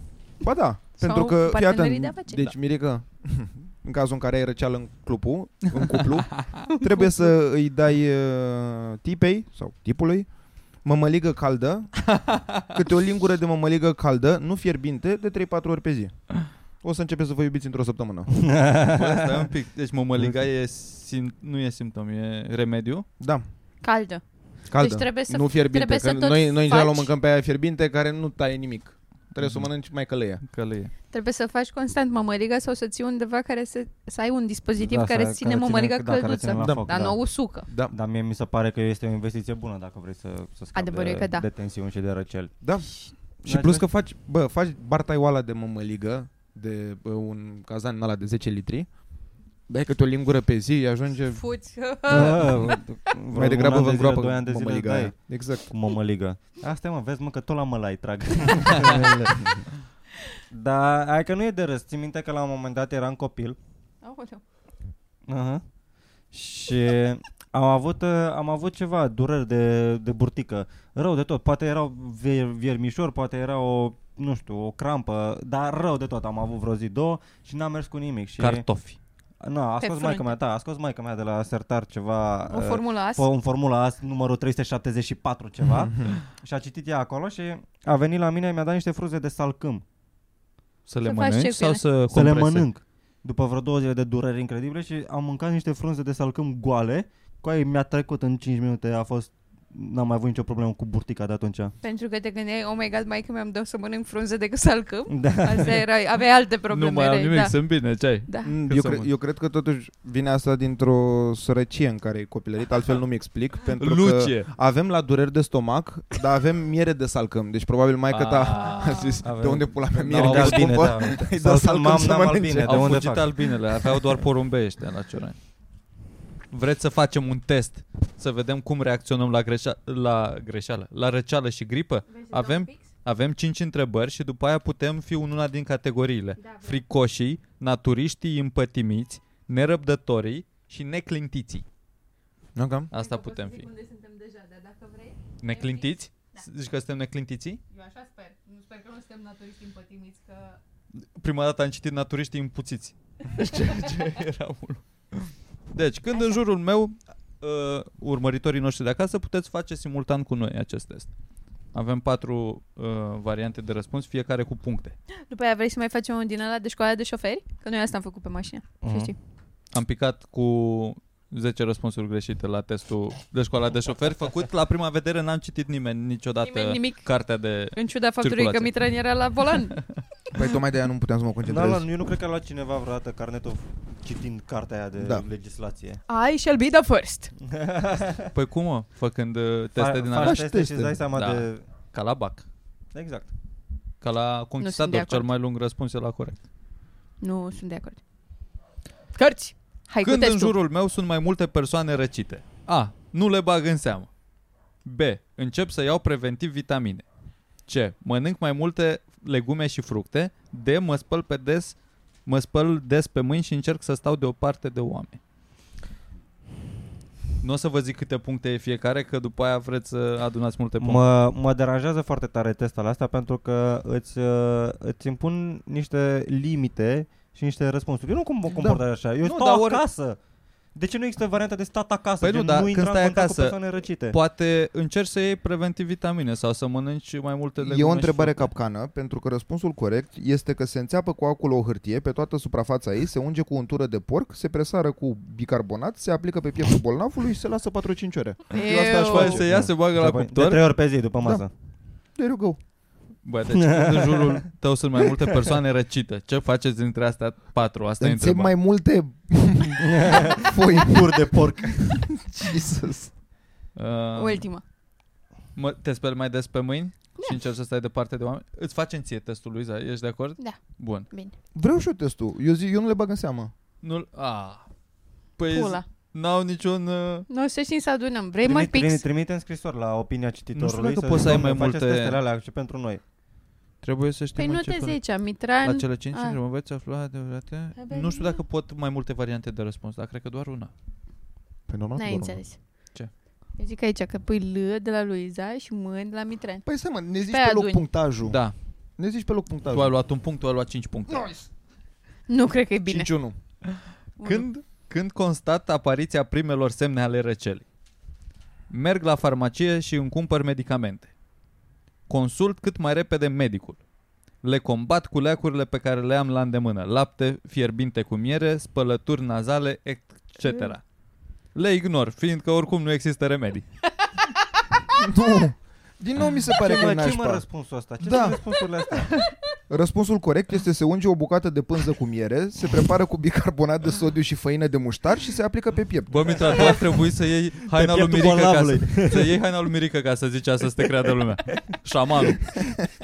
C: Ba da,
B: Sau
C: pentru că, fii
B: partenerii
C: atent,
B: de afaceri. Da.
C: deci Mirica, în cazul în care ai răceală în cuplu, în cuplu trebuie să îi dai uh, tipei sau tipului mămăligă caldă, câte o lingură de mămăligă caldă, nu fierbinte, de 3-4 ori pe zi. O să începeți să vă iubiți într-o săptămână.
A: Bă, stai un pic. Deci mămăliga e sim- nu e simptom, e remediu.
C: Da,
B: Caldă.
C: caldă.
B: Deci trebuie să-
C: nu fierbinte,
B: trebuie să
C: că
B: tot
C: noi, noi în general o
B: faci-
C: mâncăm pe aia fierbinte care nu taie nimic. Trebuie să o
A: Mhm.
C: mănânci mai călăie.
A: Călăie.
B: Trebuie să faci constant mămăliga sau să ții undeva care să, să ai un dispozitiv
D: Da,
B: care
D: să-
B: să ține
D: care ține-
B: mămăliga
D: da, care
B: călduță.
D: ține la
B: Dar
D: Da. foc, da.
B: nu o usucă.
C: Da,
D: Dar mie mi se pare că este o investiție bună dacă vrei să, să scapi
B: Adevărul
D: de,
B: e că da.
D: de tensiuni și de răcel.
C: Da. Și
D: N-ai
C: plus că
D: vrea-
C: faci, bă, faci bartaioala de mămăligă, de bă, un cazan din ăla de 10 litri, dai câte o lingură pe zi, ajunge
B: Fuți.
C: mai degrabă vă îngroapă
D: ani de zile
C: mămăliga
D: dai
C: aia. Exact.
D: cu mămăligă. Asta e, mă, vezi mă că tot la mălai trag. Dar hai că nu e de râs. Țin minte că la un moment dat eram copil
B: Aoleu.
D: Aha. Și am avut, uh, am avut ceva dureri de, de burtică. Rău de tot. Poate erau ver, viermișori, poate era o, nu știu, o crampă, dar rău de tot. Am avut vreo zi, două și n-am mers cu nimic. Și,
A: Cartofi.
D: Na, a
B: Pe
D: scos
B: frunte.
D: maica mea, da, a scos maica mea de la sertar ceva...
B: O
D: uh,
B: formulă as.
D: fo- în formula asta, numărul 374 ceva și a citit ea acolo și a venit la mine, mi-a dat niște fruze de salcâm
A: Să le
B: Să faci ce
A: mănânci
B: cu
A: sau
B: ele?
A: să
D: să le
A: comprese?
D: mănânc. După vreo două zile de dureri incredibile și am mâncat niște frunze de salcâm goale, cu aia mi-a trecut în 5 minute, a fost N-am mai avut nicio problemă cu burtica de atunci.
B: Pentru că te gândeai, oh my god, mai că mi-am dat să mănânc frunze de salcâm.
D: Da.
B: Asta era, aveai alte probleme.
A: Nu mai am
B: erai,
A: nimic,
B: da.
A: sunt bine, ce ai?
B: da.
C: Mm,
A: Că
C: Eu,
A: să
C: cre-
A: mă-
C: eu cred că totuși vine asta dintr-o sărăcie în care e copilărit, altfel nu-mi explic, pentru
A: Lucie.
C: că avem la dureri de stomac, dar avem miere de salcăm, deci probabil mai ta
A: Ah.
C: a zis,
D: Avem-
C: de unde pula mea
D: N-am
C: miere
D: avut
C: de
D: albine,
C: scumpă?
D: da.
C: Îi dă
D: Sau
C: salcâm
D: n-am-
C: să
D: n-am
C: mănânce.
D: albine, de
A: Au
D: unde
A: fugit
D: fac?
A: albinele, aveau doar porumbește la Ciorani. Vreți să facem un test, să vedem cum reacționăm la, greșea- la greșeală, la răceală și gripă? Avem, avem 5 întrebări și după aia putem fi în una din categoriile. Fricoșii, naturiștii împătimiți, nerăbdătorii și neclintiții.
C: Ok.
A: Asta putem fi. Neclintiți? Zici că suntem neclintiții?
B: Eu așa sper. Nu sper că nu suntem naturiști împătimiți, că...
A: Prima dată am citit naturiștii împuțiți. Ceea ce era mult. Deci, când în jurul meu, uh, urmăritorii noștri de acasă, puteți face simultan cu noi acest test. Avem patru uh, variante de răspuns, fiecare cu puncte.
B: După aia vrei să mai facem un din ăla de școală de șoferi? Că noi asta am făcut pe mașină.
D: Mhm.
B: Și știi.
A: Am picat cu 10 răspunsuri greșite la testul de școala de șoferi făcut. La prima vedere n-am citit nimeni niciodată
B: Nimeni nimic.
A: cartea de...
B: În ciuda faptului
A: Circulație.
B: că Mitran era la volan.
C: Păi tocmai de aia nu puteam să mă
D: Da,
C: concentrez.
D: la, eu nu cred că a luat cineva vreodată carnetul citind cartea aia de
C: Da.
D: da. legislație.
B: I shall be the first.
A: Păi cum, mă? Făcând uh, teste
D: Fa-
A: din
D: faci
A: alea.
D: teste și
C: teste.
D: îți dai seama
A: Da.
D: de...
A: Ca la BAC.
D: Exact.
A: Ca la Conquistador,
B: acord.
A: cel mai lung răspuns e la corect.
B: Nu sunt de acord. Cărți! Hai cu
A: Când în
B: testul.
A: jurul meu sunt mai multe persoane răcite? A. Nu le bag în seamă. B. Încep să iau preventiv vitamine. C. Mănânc mai multe legume și fructe. D. Mă spăl pe des mă spăl des pe mâini și încerc să stau deoparte de oameni. Nu o să vă zic câte puncte e fiecare, că după aia vreți să adunați multe puncte.
D: Mă, mă deranjează foarte tare testul ăsta pentru că îți, uh, îți impun niște limite și niște răspunsuri. Eu nu cum mă comport așa. Eu
A: Da. Nu,
D: nu,
A: dar
D: stau
A: ori-
D: acasă. De ce nu există varianta de stat acasă?
A: Păi
D: Gen,
A: nu, dar
D: nu
A: când
D: intra în
A: stai
D: contact
A: acasă,
D: cu persoane răcite.
A: Poate încerci să iei preventiv vitamine sau să mănânci mai multe legume
E: E
A: și
E: o întrebare
A: fructe.
E: capcană, pentru că răspunsul corect este că se înțeapă cu acul o hârtie pe toată suprafața ei, se unge cu untură de porc, se presară cu bicarbonat, se aplică pe pieptul bolnavului și se lasă 4-5 ore.
B: Ew.
E: Eu asta aș
A: Păi
E: face.
A: se ia, se bagă la
D: de
A: cuptor
B: Da.
D: trei ori pe zi după masă.
E: There you go.
A: Bă, deci când în jurul tău sunt mai multe persoane răcită, ce faceți dintre astea patru? Asta e
C: Înțep
A: întrebarea.
C: mai multe foi.
D: Pur de porc.
C: Jesus.
A: Uh,
B: Ultima.
A: Mă, te speli mai des pe mâini
B: Da.
A: și încerci să stai departe de oameni? Îți facem ție testul, Luiza, ești de acord?
B: Da.
A: Bun.
C: Vreau și eu testul. Eu, zic, eu nu le bag în seamă.
A: Nu, a, păi
B: Pula.
A: n-au niciun... uh,
B: Nu o să știm să adunăm. Vrei mai
D: Trimite, trimite,
B: pix?
D: trimite în scrisoare la opinia cititorului.
A: dacă poți să ai
D: domnule,
A: mai
D: faceți
A: multe-
D: testele alea și pentru noi.
A: Trebuie să știm
B: Păi nu
A: în ce
B: te
A: fel-
B: zicea,
A: La
B: Mitran.
A: cele 5
B: A.
A: ah. veți afla adevărate.
B: Abia
A: Nu știu
B: nu.
A: dacă pot mai multe variante de răspuns, dar cred că doar una.
C: Păi normal. că
B: N-ai
C: doar
B: înțeles.
A: Ce?
B: Eu zic aici că pui L de la Luiza și M de la Mitran.
C: una. Păi stai mă, ne zici
B: Pe
C: pe, pe loc
B: aduni.
C: punctajul.
A: Da,
C: Ne zici pe loc
A: tu ai
C: punctajul.
A: luat un punct, tu ai luat 5 puncte.
B: Nu cred că e bine.
C: 5-1.
B: Unu.
A: Când, când constat apariția primelor semne ale răcelii? Merg la farmacie și îmi cumpăr medicamente. Consult cât mai repede medicul. Le combat cu leacurile pe care le am la îndemână. Lapte, fierbinte cu miere, spălături nazale, etc. Le ignor, fiindcă oricum nu există remedii.
C: Nu. Din nou mi se pare
D: Ce
C: că e
D: mă, ce mă
C: nașpa.
D: răspunsul ăsta? Ce
C: Da.
D: sunt răspunsurile astea?
C: Răspunsul corect este se unge o bucată de pânză cu miere, se prepară cu bicarbonat de sodiu și făină de muștar și se aplică pe piept.
A: Bă, Mitra, tu ar trebui să iei haina lui
D: pieptul
A: Mirica ca să,
D: bolnavului.
A: să iei haina lui Mirica ca să zici asta să te creadă lumea. Șamanul.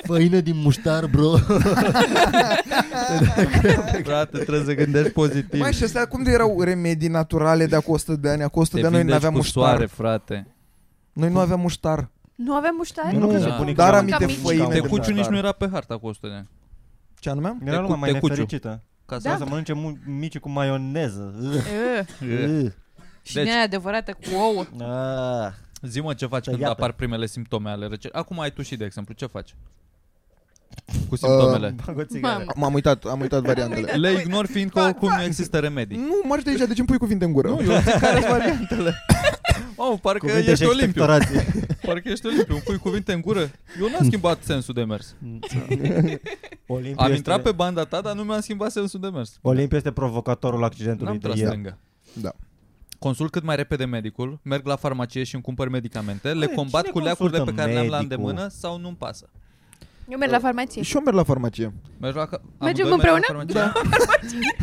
F: Făină din muștar, bro.
A: Frate, trebuie să gândești pozitiv.
C: Mai și astea cum de erau remedii naturale de acum 100 de ani? Acum 100
A: te
C: de ani noi nu
A: vindești
C: aveam
A: cu
C: muștar.
A: soare, frate.
C: Noi nu aveam muștar.
B: Nu avem muștari?
D: Nu,
A: cred
D: că
A: că
D: bunicul
C: dar
D: meu
C: aminte
D: mic.
C: făine
D: Te
C: de
D: cuciu
A: Teciuciu
C: muștar.
A: nici nu era pe harta cu 100 de ani.
C: Ce anume?
D: Era
A: Te
D: lumea
A: cu-
D: mai
A: te cuciu.
D: nefericită.
A: Ca
D: Da.
A: să
D: Să mănânce mu- mici cu maioneză. Ugh.
B: Eh,
C: Ah.
D: Ugh.
B: Și
A: Deci-
B: deci... adevărată cu ouă.
D: Ah.
A: Zi-mă ce faci
D: Da,
A: când
D: iată.
A: apar primele simptome ale răcelii. Acum ai tu și de exemplu, ce faci?
D: Uh,
A: Cu simptomele.
D: Bag o țigară.
B: Mamă.
C: M-am uitat, am uitat variantele.
B: uitat.
A: Le ignori fiindcă oricum nu există
D: Mm?
A: remedii.
C: Nu, marci de aici, de ce îmi pui cuvinte în gură?
A: Nu, eu zic care sunt variantele. Mamă, parcă
D: Cuvinte și
A: ești olimpiu.
D: expectorații.
A: Parcă ești olimpiu. Îmi pui cuvinte în gură. Eu
D: Mm.
A: n-am schimbat sensul de mers.
D: Olimpiu
A: Am
D: este-
A: intrat pe banda ta, dar nu mi-am schimbat sensul de mers.
D: Olimpiu este provocatorul
A: N-am
D: accidentului de
A: tras
D: ieri.
A: stânga.
C: Da.
A: Consult cât mai repede medicul, merg la farmacie și îmi cumpăr medicamente, le
D: Băi,
A: combat
D: Păi, cine
A: cu leacurile pe
D: consultă
A: care le-am la
D: medicul?
A: îndemână sau nu-mi pasă.
B: Eu merg la farmacie.
C: Și eu merg la farmacie.
A: Mergi la ca-
B: Mergem
A: amândoi merg la
B: împreună?
D: Da.
B: Da.
A: farmacie?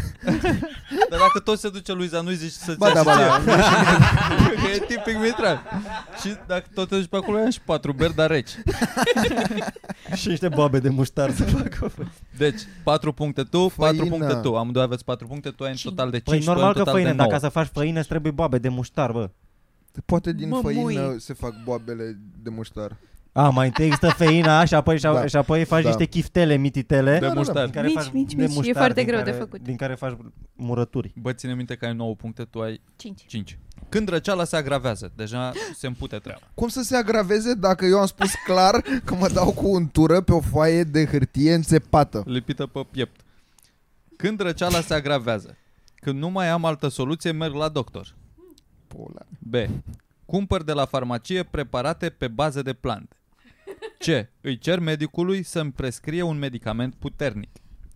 A: Dar dacă tot se duce Luiza, nu-i zici să-ți
C: Ba
A: ia
C: da,
A: și
C: ba
A: ție.
C: da.
A: Că e tipic Mitran. Și dacă tot te duci pe acolo, ia și patru beri, dar reci.
D: Și niște boabe de muștar să facă.
A: Deci, patru puncte tu, patru
C: Făină.
A: puncte tu. Amândoi aveți patru puncte, tu ai în
B: Cinci.
A: total de
D: Păi
A: cinci, tu ai
D: normal
A: în
D: că
A: total
D: făină,
A: de nouă.
D: dacă să faci făină, îți trebuie boabe de muștar, bă.
C: Poate din
B: Mă,
C: făină
B: mui.
C: se fac boabele de muștar.
D: A, mai întâi există feina și apoi, și,
C: Da.
D: da. și apoi faci
C: Da.
D: da. niște chiftele mititele.
A: De
C: Da, da, da.
A: muștar.
D: Din care
B: Mici,
D: faci
B: mici,
D: de
B: mici. E
D: muștar,
B: foarte
D: din
B: greu
D: care,
B: de făcut.
D: Din care faci murături.
A: Bă, ține minte că ai 9 puncte, tu ai
B: 5.
A: 5. Când răceala se agravează, deja se împute treaba.
C: Cum să se agraveze dacă eu am spus clar că mă dau cu untură pe o foaie de hârtie înțepată?
A: lipită pe piept. Când răceala se agravează? Când nu mai am altă soluție, merg la doctor.
C: Pula.
A: B. Cumpăr de la farmacie preparate pe bază de plante. C. Îi cer medicului să-mi prescrie un medicament puternic.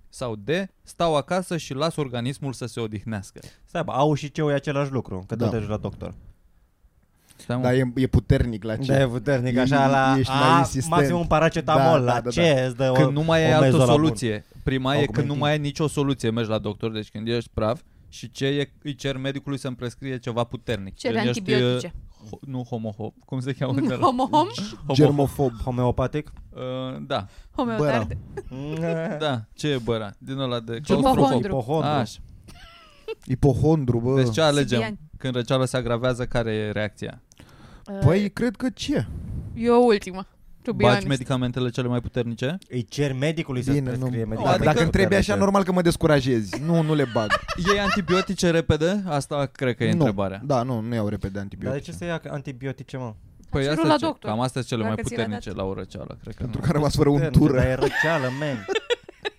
A: Sau D. Stau acasă și las organismul să se odihnească.
D: Stai, bă, au și ceu e același lucru, că
C: Da.
D: da. tot ești la doctor.
A: Stai, mă.
C: Dar e, e puternic la ce?
D: Da, e puternic,
C: E-
D: așa la
C: ești mai
D: a,
C: insistent.
D: maxim un paracetamol,
C: Da,
D: la
C: da, da,
D: ce îți dă o,
A: când nu mai ai
D: o
A: altă
D: mezolabun.
A: soluție. Prima e când nu
D: Augmentin.
A: mai ai nicio soluție, mergi la doctor, deci când ești praf. Și ce e, îi cer medicului să-mi prescrie ceva puternic.
B: Cere
A: Când ești,
B: antibiotice.
A: uh, ho- nu homohop, cum se cheamă? în ăla?
B: Homo hom,
A: Homo-
D: Germofob. Homeopatic?
A: Uh, da,
B: homeotard.
A: da, ce e băra? Din ăla de
B: Hipohondru.
D: Hipohondru.
A: Așa.
C: Ipohondru, bă.
A: Deci ce alegem?
B: Sibian.
A: Când răceala se agravează, care e reacția?
C: Păi, cred că ce?
B: Eu ultima. To be
A: Bagi
B: honest.
A: medicamentele cele mai puternice?
D: Îi cer medicului să-ți
C: Bine, nu.
D: prescrie
A: Da,
D: medicamente.
C: Dacă îmi trebuie
D: puternice.
C: așa, normal că mă descurajezi. Nu, nu le bag.
A: Iei antibiotice repede? Asta cred că e
C: nu.
A: întrebarea.
C: Da, nu, nu iau repede
D: Dar de
C: antibiotice.
D: ce să ia antibiotice, mă?
A: Păi
B: cerut
A: asta
B: la
A: ce?
B: doctor.
A: Cam astea sunt cele
B: Dacă
A: mai
B: ți l-a
A: puternice la o răceală, cred că
C: Pentru
A: nu.
C: care rămas fără un
D: Puternice, Dar
C: tură.
D: e răceală, man.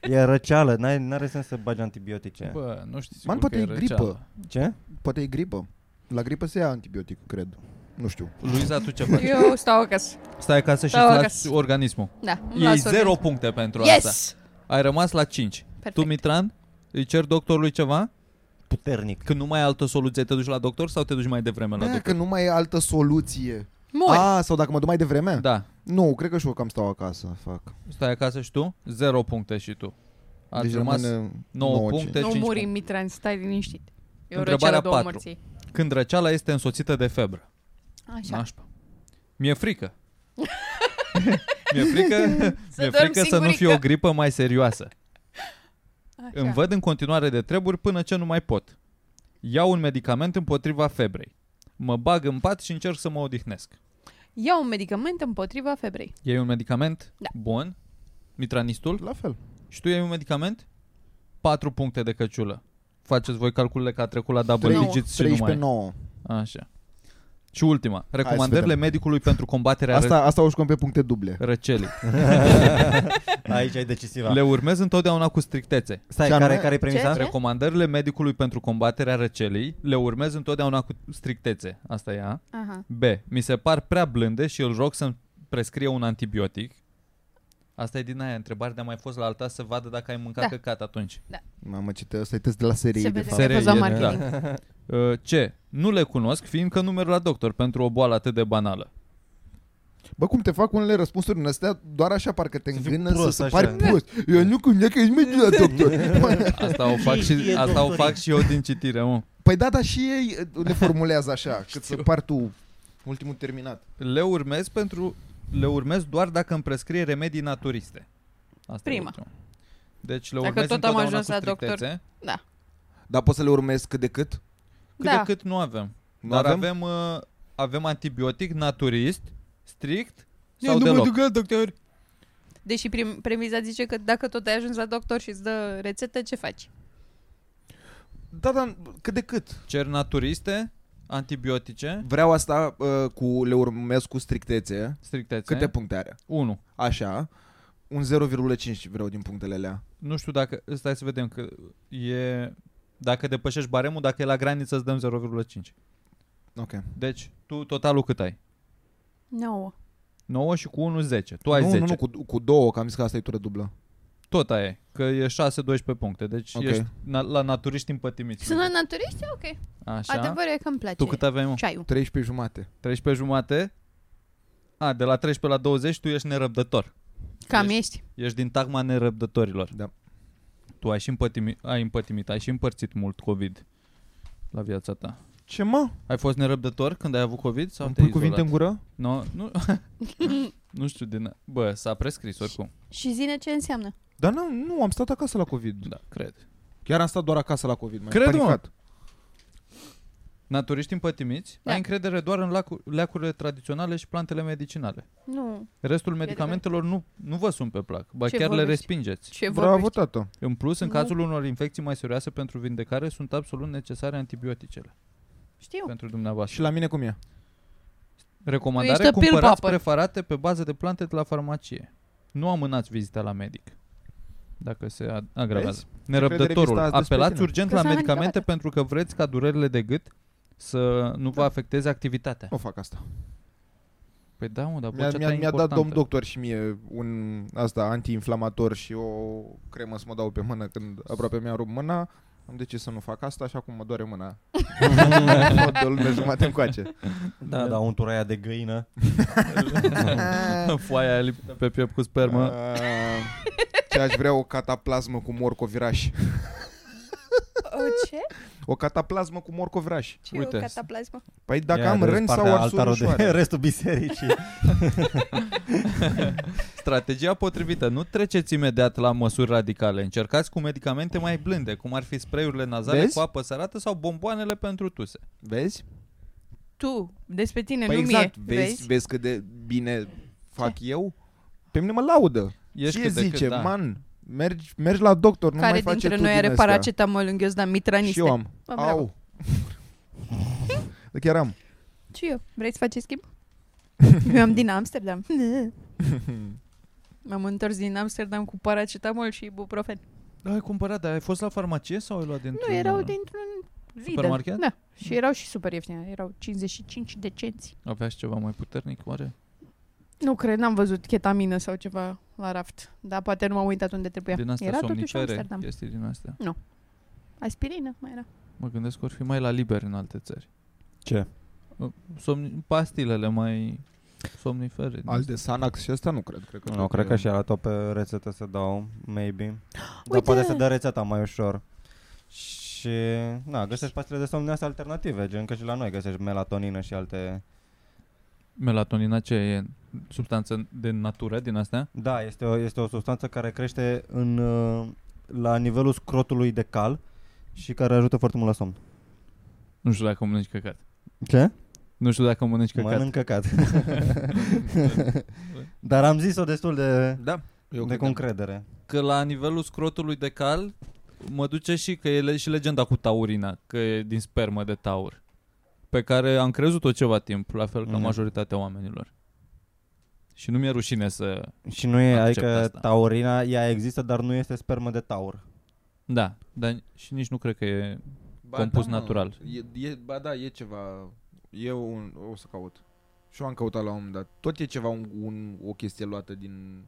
D: E răceală, n-are, n-are sens să bagi antibiotice.
A: Bă, nu știu sigur
C: Man, poate
A: că
C: e
A: răceală.
C: gripă.
D: Ce?
C: Poate e gripă. La gripă se ia antibiotic, cred. Nu știu.
A: Luiza, tu ce faci?
B: Eu stau acasă.
A: Stai acasă și
B: Stau
A: îți lași
B: acasă.
A: organismul.
B: Da. îmi
A: Iei
B: las
A: zero
B: organul.
A: puncte pentru asta.
B: Yes!
A: Ai rămas la 5. Tu,
B: Perfect.
A: Mitran, îi cer doctorului ceva?
D: Puternic.
A: Când nu mai ai altă soluție, te duci la doctor sau te duci mai devreme la
C: Da,
A: doctor?
C: că nu mai e altă soluție.
B: Mor.
C: A, sau dacă mă duc mai devreme?
A: Da.
C: Nu, cred că și eu cam stau acasă, fac.
A: Stai acasă și tu? 0 puncte și tu. Ați
C: deci
A: deci rămas
C: rămâne
A: 9
C: nouă,
A: puncte,
C: cinci.
B: Nu
A: 5
B: muri,
A: puncte.
B: Mitran, stai liniștit. E o
A: Întrebarea
B: răceală două
A: patru.
B: morții.
A: Când răceala este însoțită de febră.
B: Așa.
A: Nașpa. Mi-e frică. mi-e frică, mi-e frică să nu fie o
B: singurică.
A: gripă mai serioasă.
B: Așa.
A: Îmi văd în continuare de treburi până ce nu mai pot. Iau un medicament împotriva febrei. Mă bag în pat și încerc să mă odihnesc.
B: Ia un medicament împotriva febrei.
A: Iei un medicament?
B: Da.
A: Bun. Mitranistul?
C: La fel.
A: Și tu iei un medicament? 4 puncte de căciulă. Faceți voi calculele că a trecut la double
B: Trei-
A: digits și nu mai
C: 13
A: e.
C: 9.
A: Așa. Și ultima. Recomandările
C: vedem.
A: medicului pentru combaterea Asta...
C: Asta, asta o jucăm pe puncte duble.
A: răcelii.
D: Aici e
C: Da.
D: decisiva.
A: Le urmez întotdeauna cu strictețe.
D: Stai,
C: Ce anume?
D: care, care e premisa?
B: Ce?
A: Recomandările medicului pentru combaterea răcelii le urmez întotdeauna cu strictețe. Asta e A.
B: Aha.
A: B. Mi se par prea blânde și îl rog să-mi prescrie un antibiotic. Asta e din aia întrebare de a mai fost la alta să vadă dacă ai mâncat
B: Da.
A: da. căcat atunci.
C: Mamă, ce te, ăsta e test de la serie,
B: Se
C: de
B: vede
C: fapt.
B: că a fost la
A: Serie,
B: marketing.
A: Uh, C. Nu le cunosc, fiindcă nu merg la doctor pentru o boală atât de banală.
C: Bă, cum te fac unele răspunsuri în astea, doar așa parcă te
D: Să fii
C: îngână să
D: prost,
C: se
D: așa. Da.
C: pari prost. Eu nu cum, că ești medic la doctor.
A: Asta o fac
D: Cine
A: și,
D: știe,
A: asta o
D: doctorii?
A: fac și eu din citire, mă.
C: Păi da, dar și ei le formulează așa, cât să pari tu ultimul terminat.
A: Le urmez pentru le urmez doar dacă îmi prescrie remedii naturiste. Asta e
B: Prima.
A: ultimul. Deci le
B: Dacă
A: urmez
B: tot am
A: întotdeauna
B: ajuns
A: cu
B: la doctor.
A: strictețe.
G: Dar poți să le urmezi cât de cât?
A: Cât
B: Da.
A: de cât nu avem.
G: Nu
A: Dar
G: avem?
A: avem uh, avem antibiotic naturist, strict
G: Eu
A: sau
G: nu mă
A: deloc.
G: duc la doctor.
B: Deși prim, premiza zice că dacă tot ai ajuns la doctor și îți dă rețetă, ce faci?
G: Da, dar cât de cât?
A: Cer naturiste, antibiotice,
G: Vreau asta uh, cu le urmez cu strictețe.
A: strictețe.
G: Câte puncte are?
A: 1.
G: Așa. Un 0,5 vreau din punctele alea.
A: Nu știu dacă stai să vedem că e dacă depășești baremul, dacă e la graniță îți dăm 0,5.
G: Ok.
A: Deci tu totalul cât ai?
B: 9.
A: 9 și cu 1 10. Tu ai
G: nu,
A: 10.
G: nu, nu, cu, cu două, că am zis că asta e tură dublă.
A: Tot aia e, că e 6-12 puncte, deci
G: Ok.
A: okay. ești na- la naturiști împătimiți.
B: Sunt la naturiști? Ok.
A: Așa.
B: Adevărul e că îmi place.
A: Tu cât aveai, mă?
B: Ceaiul.
G: 13 jumate.
A: 13 jumate? A, de la 13 la 20 tu ești nerăbdător.
B: Cam
G: Deci-
A: Ești-
B: ești.
A: Ești din tagma nerăbdătorilor.
G: Da.
A: Tu ai și împătimi, ai împătimit, ai și împărțit mult COVID la viața ta.
G: Ce mă?
A: Ai fost nerăbdător când ai avut COVID sau
G: Îmi
A: te-ai
G: pui cuvinte în
A: izolat?
G: gură?
A: No, nu, nu știu din... Bă, s-a prescris oricum.
B: Și zine ce înseamnă.
G: Dar nu, nu, am stat acasă la COVID.
A: Da, cred.
G: Chiar am stat doar acasă la COVID. M-am
A: Cred, mă.
G: panicat.
A: Naturiști împătimiți,
B: Da.
A: ai încredere doar în lacu- leacurile tradiționale și plantele medicinale.
B: Nu.
A: Restul medicamentelor nu, nu vă sunt pe plac, ba
B: Ce
A: chiar le
B: vorbești?
A: respingeți.
B: Ce
C: Bravo,
B: vorbești?
C: tată.
A: În plus, în
B: Nu.
A: cazul unor infecții mai serioase pentru vindecare, sunt absolut necesare antibioticele
B: Știu.
A: pentru dumneavoastră.
G: Și la mine cum e?
B: Tu
A: Recomandare,
B: ești a pill
A: cumpărați
B: popper.
A: preparate pe bază de plante de la farmacie. Nu amânați vizita la medic, dacă se a- agravează. Nerăbdătorul,
G: asta despre
A: apelați
G: tine.
A: urgent
B: Că
A: la
B: s-a
A: medicamente
B: handicapat.
A: pentru că vreți ca durerile de gât să nu
C: Da.
A: vă afecteze activitatea.
G: Nu fac asta.
A: Păi da, mă, dar
C: Mi-a,
A: vocea ta
C: mi-a,
A: e
C: mi-a dat domn
A: importantă.
C: doctor și mie un asta antiinflamator și o cremă să mă dau pe mână când aproape mi-a rupt mâna. Am de ce să nu fac asta așa cum mă doare mâna. de o lună jumate încoace.
D: Da, da, un turaia de găină.
A: Foaia aia lipită pe piept cu spermă.
C: A, Ah, Ce aș vrea o cataplasmă cu morcoviraș.
B: O, ce?
C: O cataplasmă cu morcoviraș.
B: Ce Uite.
A: Uite.
B: e o cataplasmă?
C: Păi dacă
D: Ia,
C: am
D: arăți
C: răni sau
D: partea
C: arsuri
D: altarul de
C: ușoare.
D: restul bisericii.
A: Strategia potrivită. Nu treceți imediat la măsuri radicale. Încercați cu medicamente mai blânde, cum ar fi sprayurile nazale
G: Vezi?
A: cu apă sărată sau bomboanele pentru tuse.
G: Vezi?
B: Tu, despre tine,
G: Păi
B: nu
G: exact.
B: mie.
G: Vezi, vezi cât de bine fac eu? Pe mine mă laudă.
A: Ești
G: Ce
A: cât de
G: zice,
A: cât, da.
G: man?
C: Mergi, mergi la doctor, nu
B: Care
C: mai face
B: dintre
G: tu
B: noi
G: din
B: are
G: astea?
B: paracetamol în ghiozdan mitraniste?
G: Și eu am. Adică
B: Bă, bravo.
G: Au.
C: Dar Chiar am.
B: Și eu. Vrei să faci schimb? eu am din Amsterdam. M-am întors din Amsterdam cu paracetamol și ibuprofen.
A: Da, ai cumpărat, dar ai fost la farmacie sau ai luat dintr-un...
B: Nu, erau dintr-un Lidl.
A: Supermarket?
B: Da. Și erau și super ieftine. Erau 55 de cenți.
A: Aveați ceva mai puternic, oare?
B: Nu cred, n-am văzut chetamină sau ceva la raft. Dar poate nu m-am uitat unde trebuia.
A: Din astea
B: era totuși
A: somnifere,
B: Amsterdam.
A: chestii din astea.
B: Aspirină mai era.
A: Mă gândesc că or fi mai la liber în alte țări.
D: Ce?
A: Somni... Uh, Pastilele mai... somnifere.
G: Alte Sanax și ăsta nu cred. cred că
D: Nu, cred că și a luat-o pe rețetă să dau, maybe. Dar
B: Uite!
D: poate să dă rețeta mai ușor. Și, na, găsești pastile de somn din astea alternative, gen că și la noi găsești melatonină și alte...
A: Melatonina ce e? Substanță de natură din astea?
D: Da, este o, este o substanță care crește în, uh, la nivelul scrotului de cal și care ajută foarte mult la somn.
A: Nu știu dacă mănânci căcat.
D: Ce?
A: Nu știu dacă mănânci căcat.
D: Mănânc căcat. Dar am zis-o destul de,
G: Da. Eu
D: de
G: cred
D: cu încredere.
A: Că la nivelul scrotului de cal mă duce și că e le- și legenda cu taurina, că e din spermă de taur. Pe care am crezut-o ceva timp, la fel ca
D: Mhm.
A: majoritatea oamenilor. Și nu mi-e rușine să...
D: Și nu e,
A: Accept
D: adică
A: asta.
D: taurina, ea există, dar nu este spermă de taur.
A: Da, dar și nici nu cred că e...
G: Ba,
A: Compus
G: da, mă.
A: natural.
G: E, e, ba da, e ceva. E un, o să caut. Și eu am căutat la un moment dat. Tot e ceva, un, un, o chestie luată din...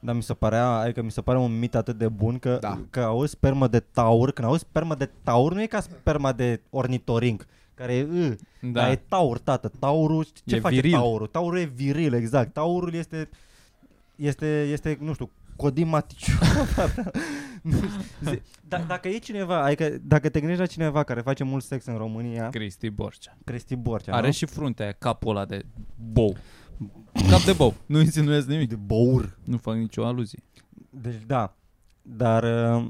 D: Dar mi se părea, adică mi se pare un mit atât de bun că,
G: Da.
D: da. că auzi spermă de taur, când auzi spermă de taur nu e ca sperma de ornitorinc, care e, uh, da. dar e taur, tată, taurul, ce
A: E
D: face
A: viril.
D: taurul? Taurul e viril, exact, taurul este, este, este nu știu, codimaticiu. Nu știu. Zi- da, dacă e cineva, adică dacă te gândești la cineva care face mult sex în România,
A: Cristi Borcea.
D: Cristi Borcea,
A: Are
D: nu?
A: și fruntea aia, capul ăla de bou. Cap de bou. Nu insinuez nimic.
D: de bour.
A: Nu fac nicio aluzie.
D: Deci da, dar... uh,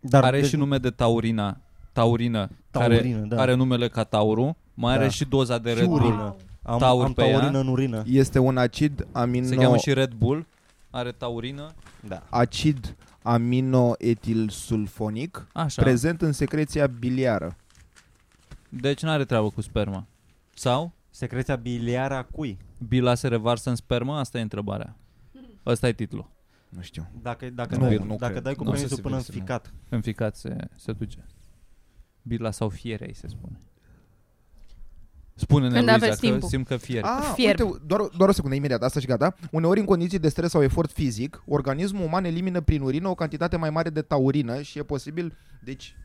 D: dar
A: Are
D: deci,
A: și nume de taurina. Taurină. care
D: Taurină, da.
A: are numele ca taurul. Mai are
D: Da.
A: și doza de
D: Și
A: Red Bull.
D: urină. Am,
A: Taur
D: am
A: pe ea.
D: taurină în urină.
C: Da. Este un acid
A: Se
C: amino
A: cheamă și Red Bull. Are taurină.
D: Da.
C: acid aminoetilsulfonic
A: Așa.
C: prezent în secreția biliară.
A: Deci n-are treabă cu sperma. Sau?
D: Secreția biliară a cui?
A: Bila se revarsă în spermă? Asta e întrebarea. Ăsta e titlul.
C: Nu știu.
D: Dacă, dacă,
G: Nu,
D: dai,
G: nu
D: dacă
G: cred.
D: dai cu
A: Nu o să
D: penisul
G: se
D: până în
G: vezi, nu.
D: ficat.
A: Înficat se, se duce. Bila sau fierei se spune. Spune-ne,
B: Când
A: Luiza,
B: aveți
A: că
B: timpul.
A: simt că fier.
C: Ah,
B: Fierb.
C: uite, doar, doar o secundă, imediat, asta și gata. Uneori, în condiții de stres sau efort fizic, organismul uman elimină prin urină o cantitate mai mare de taurină și e posibil, deci,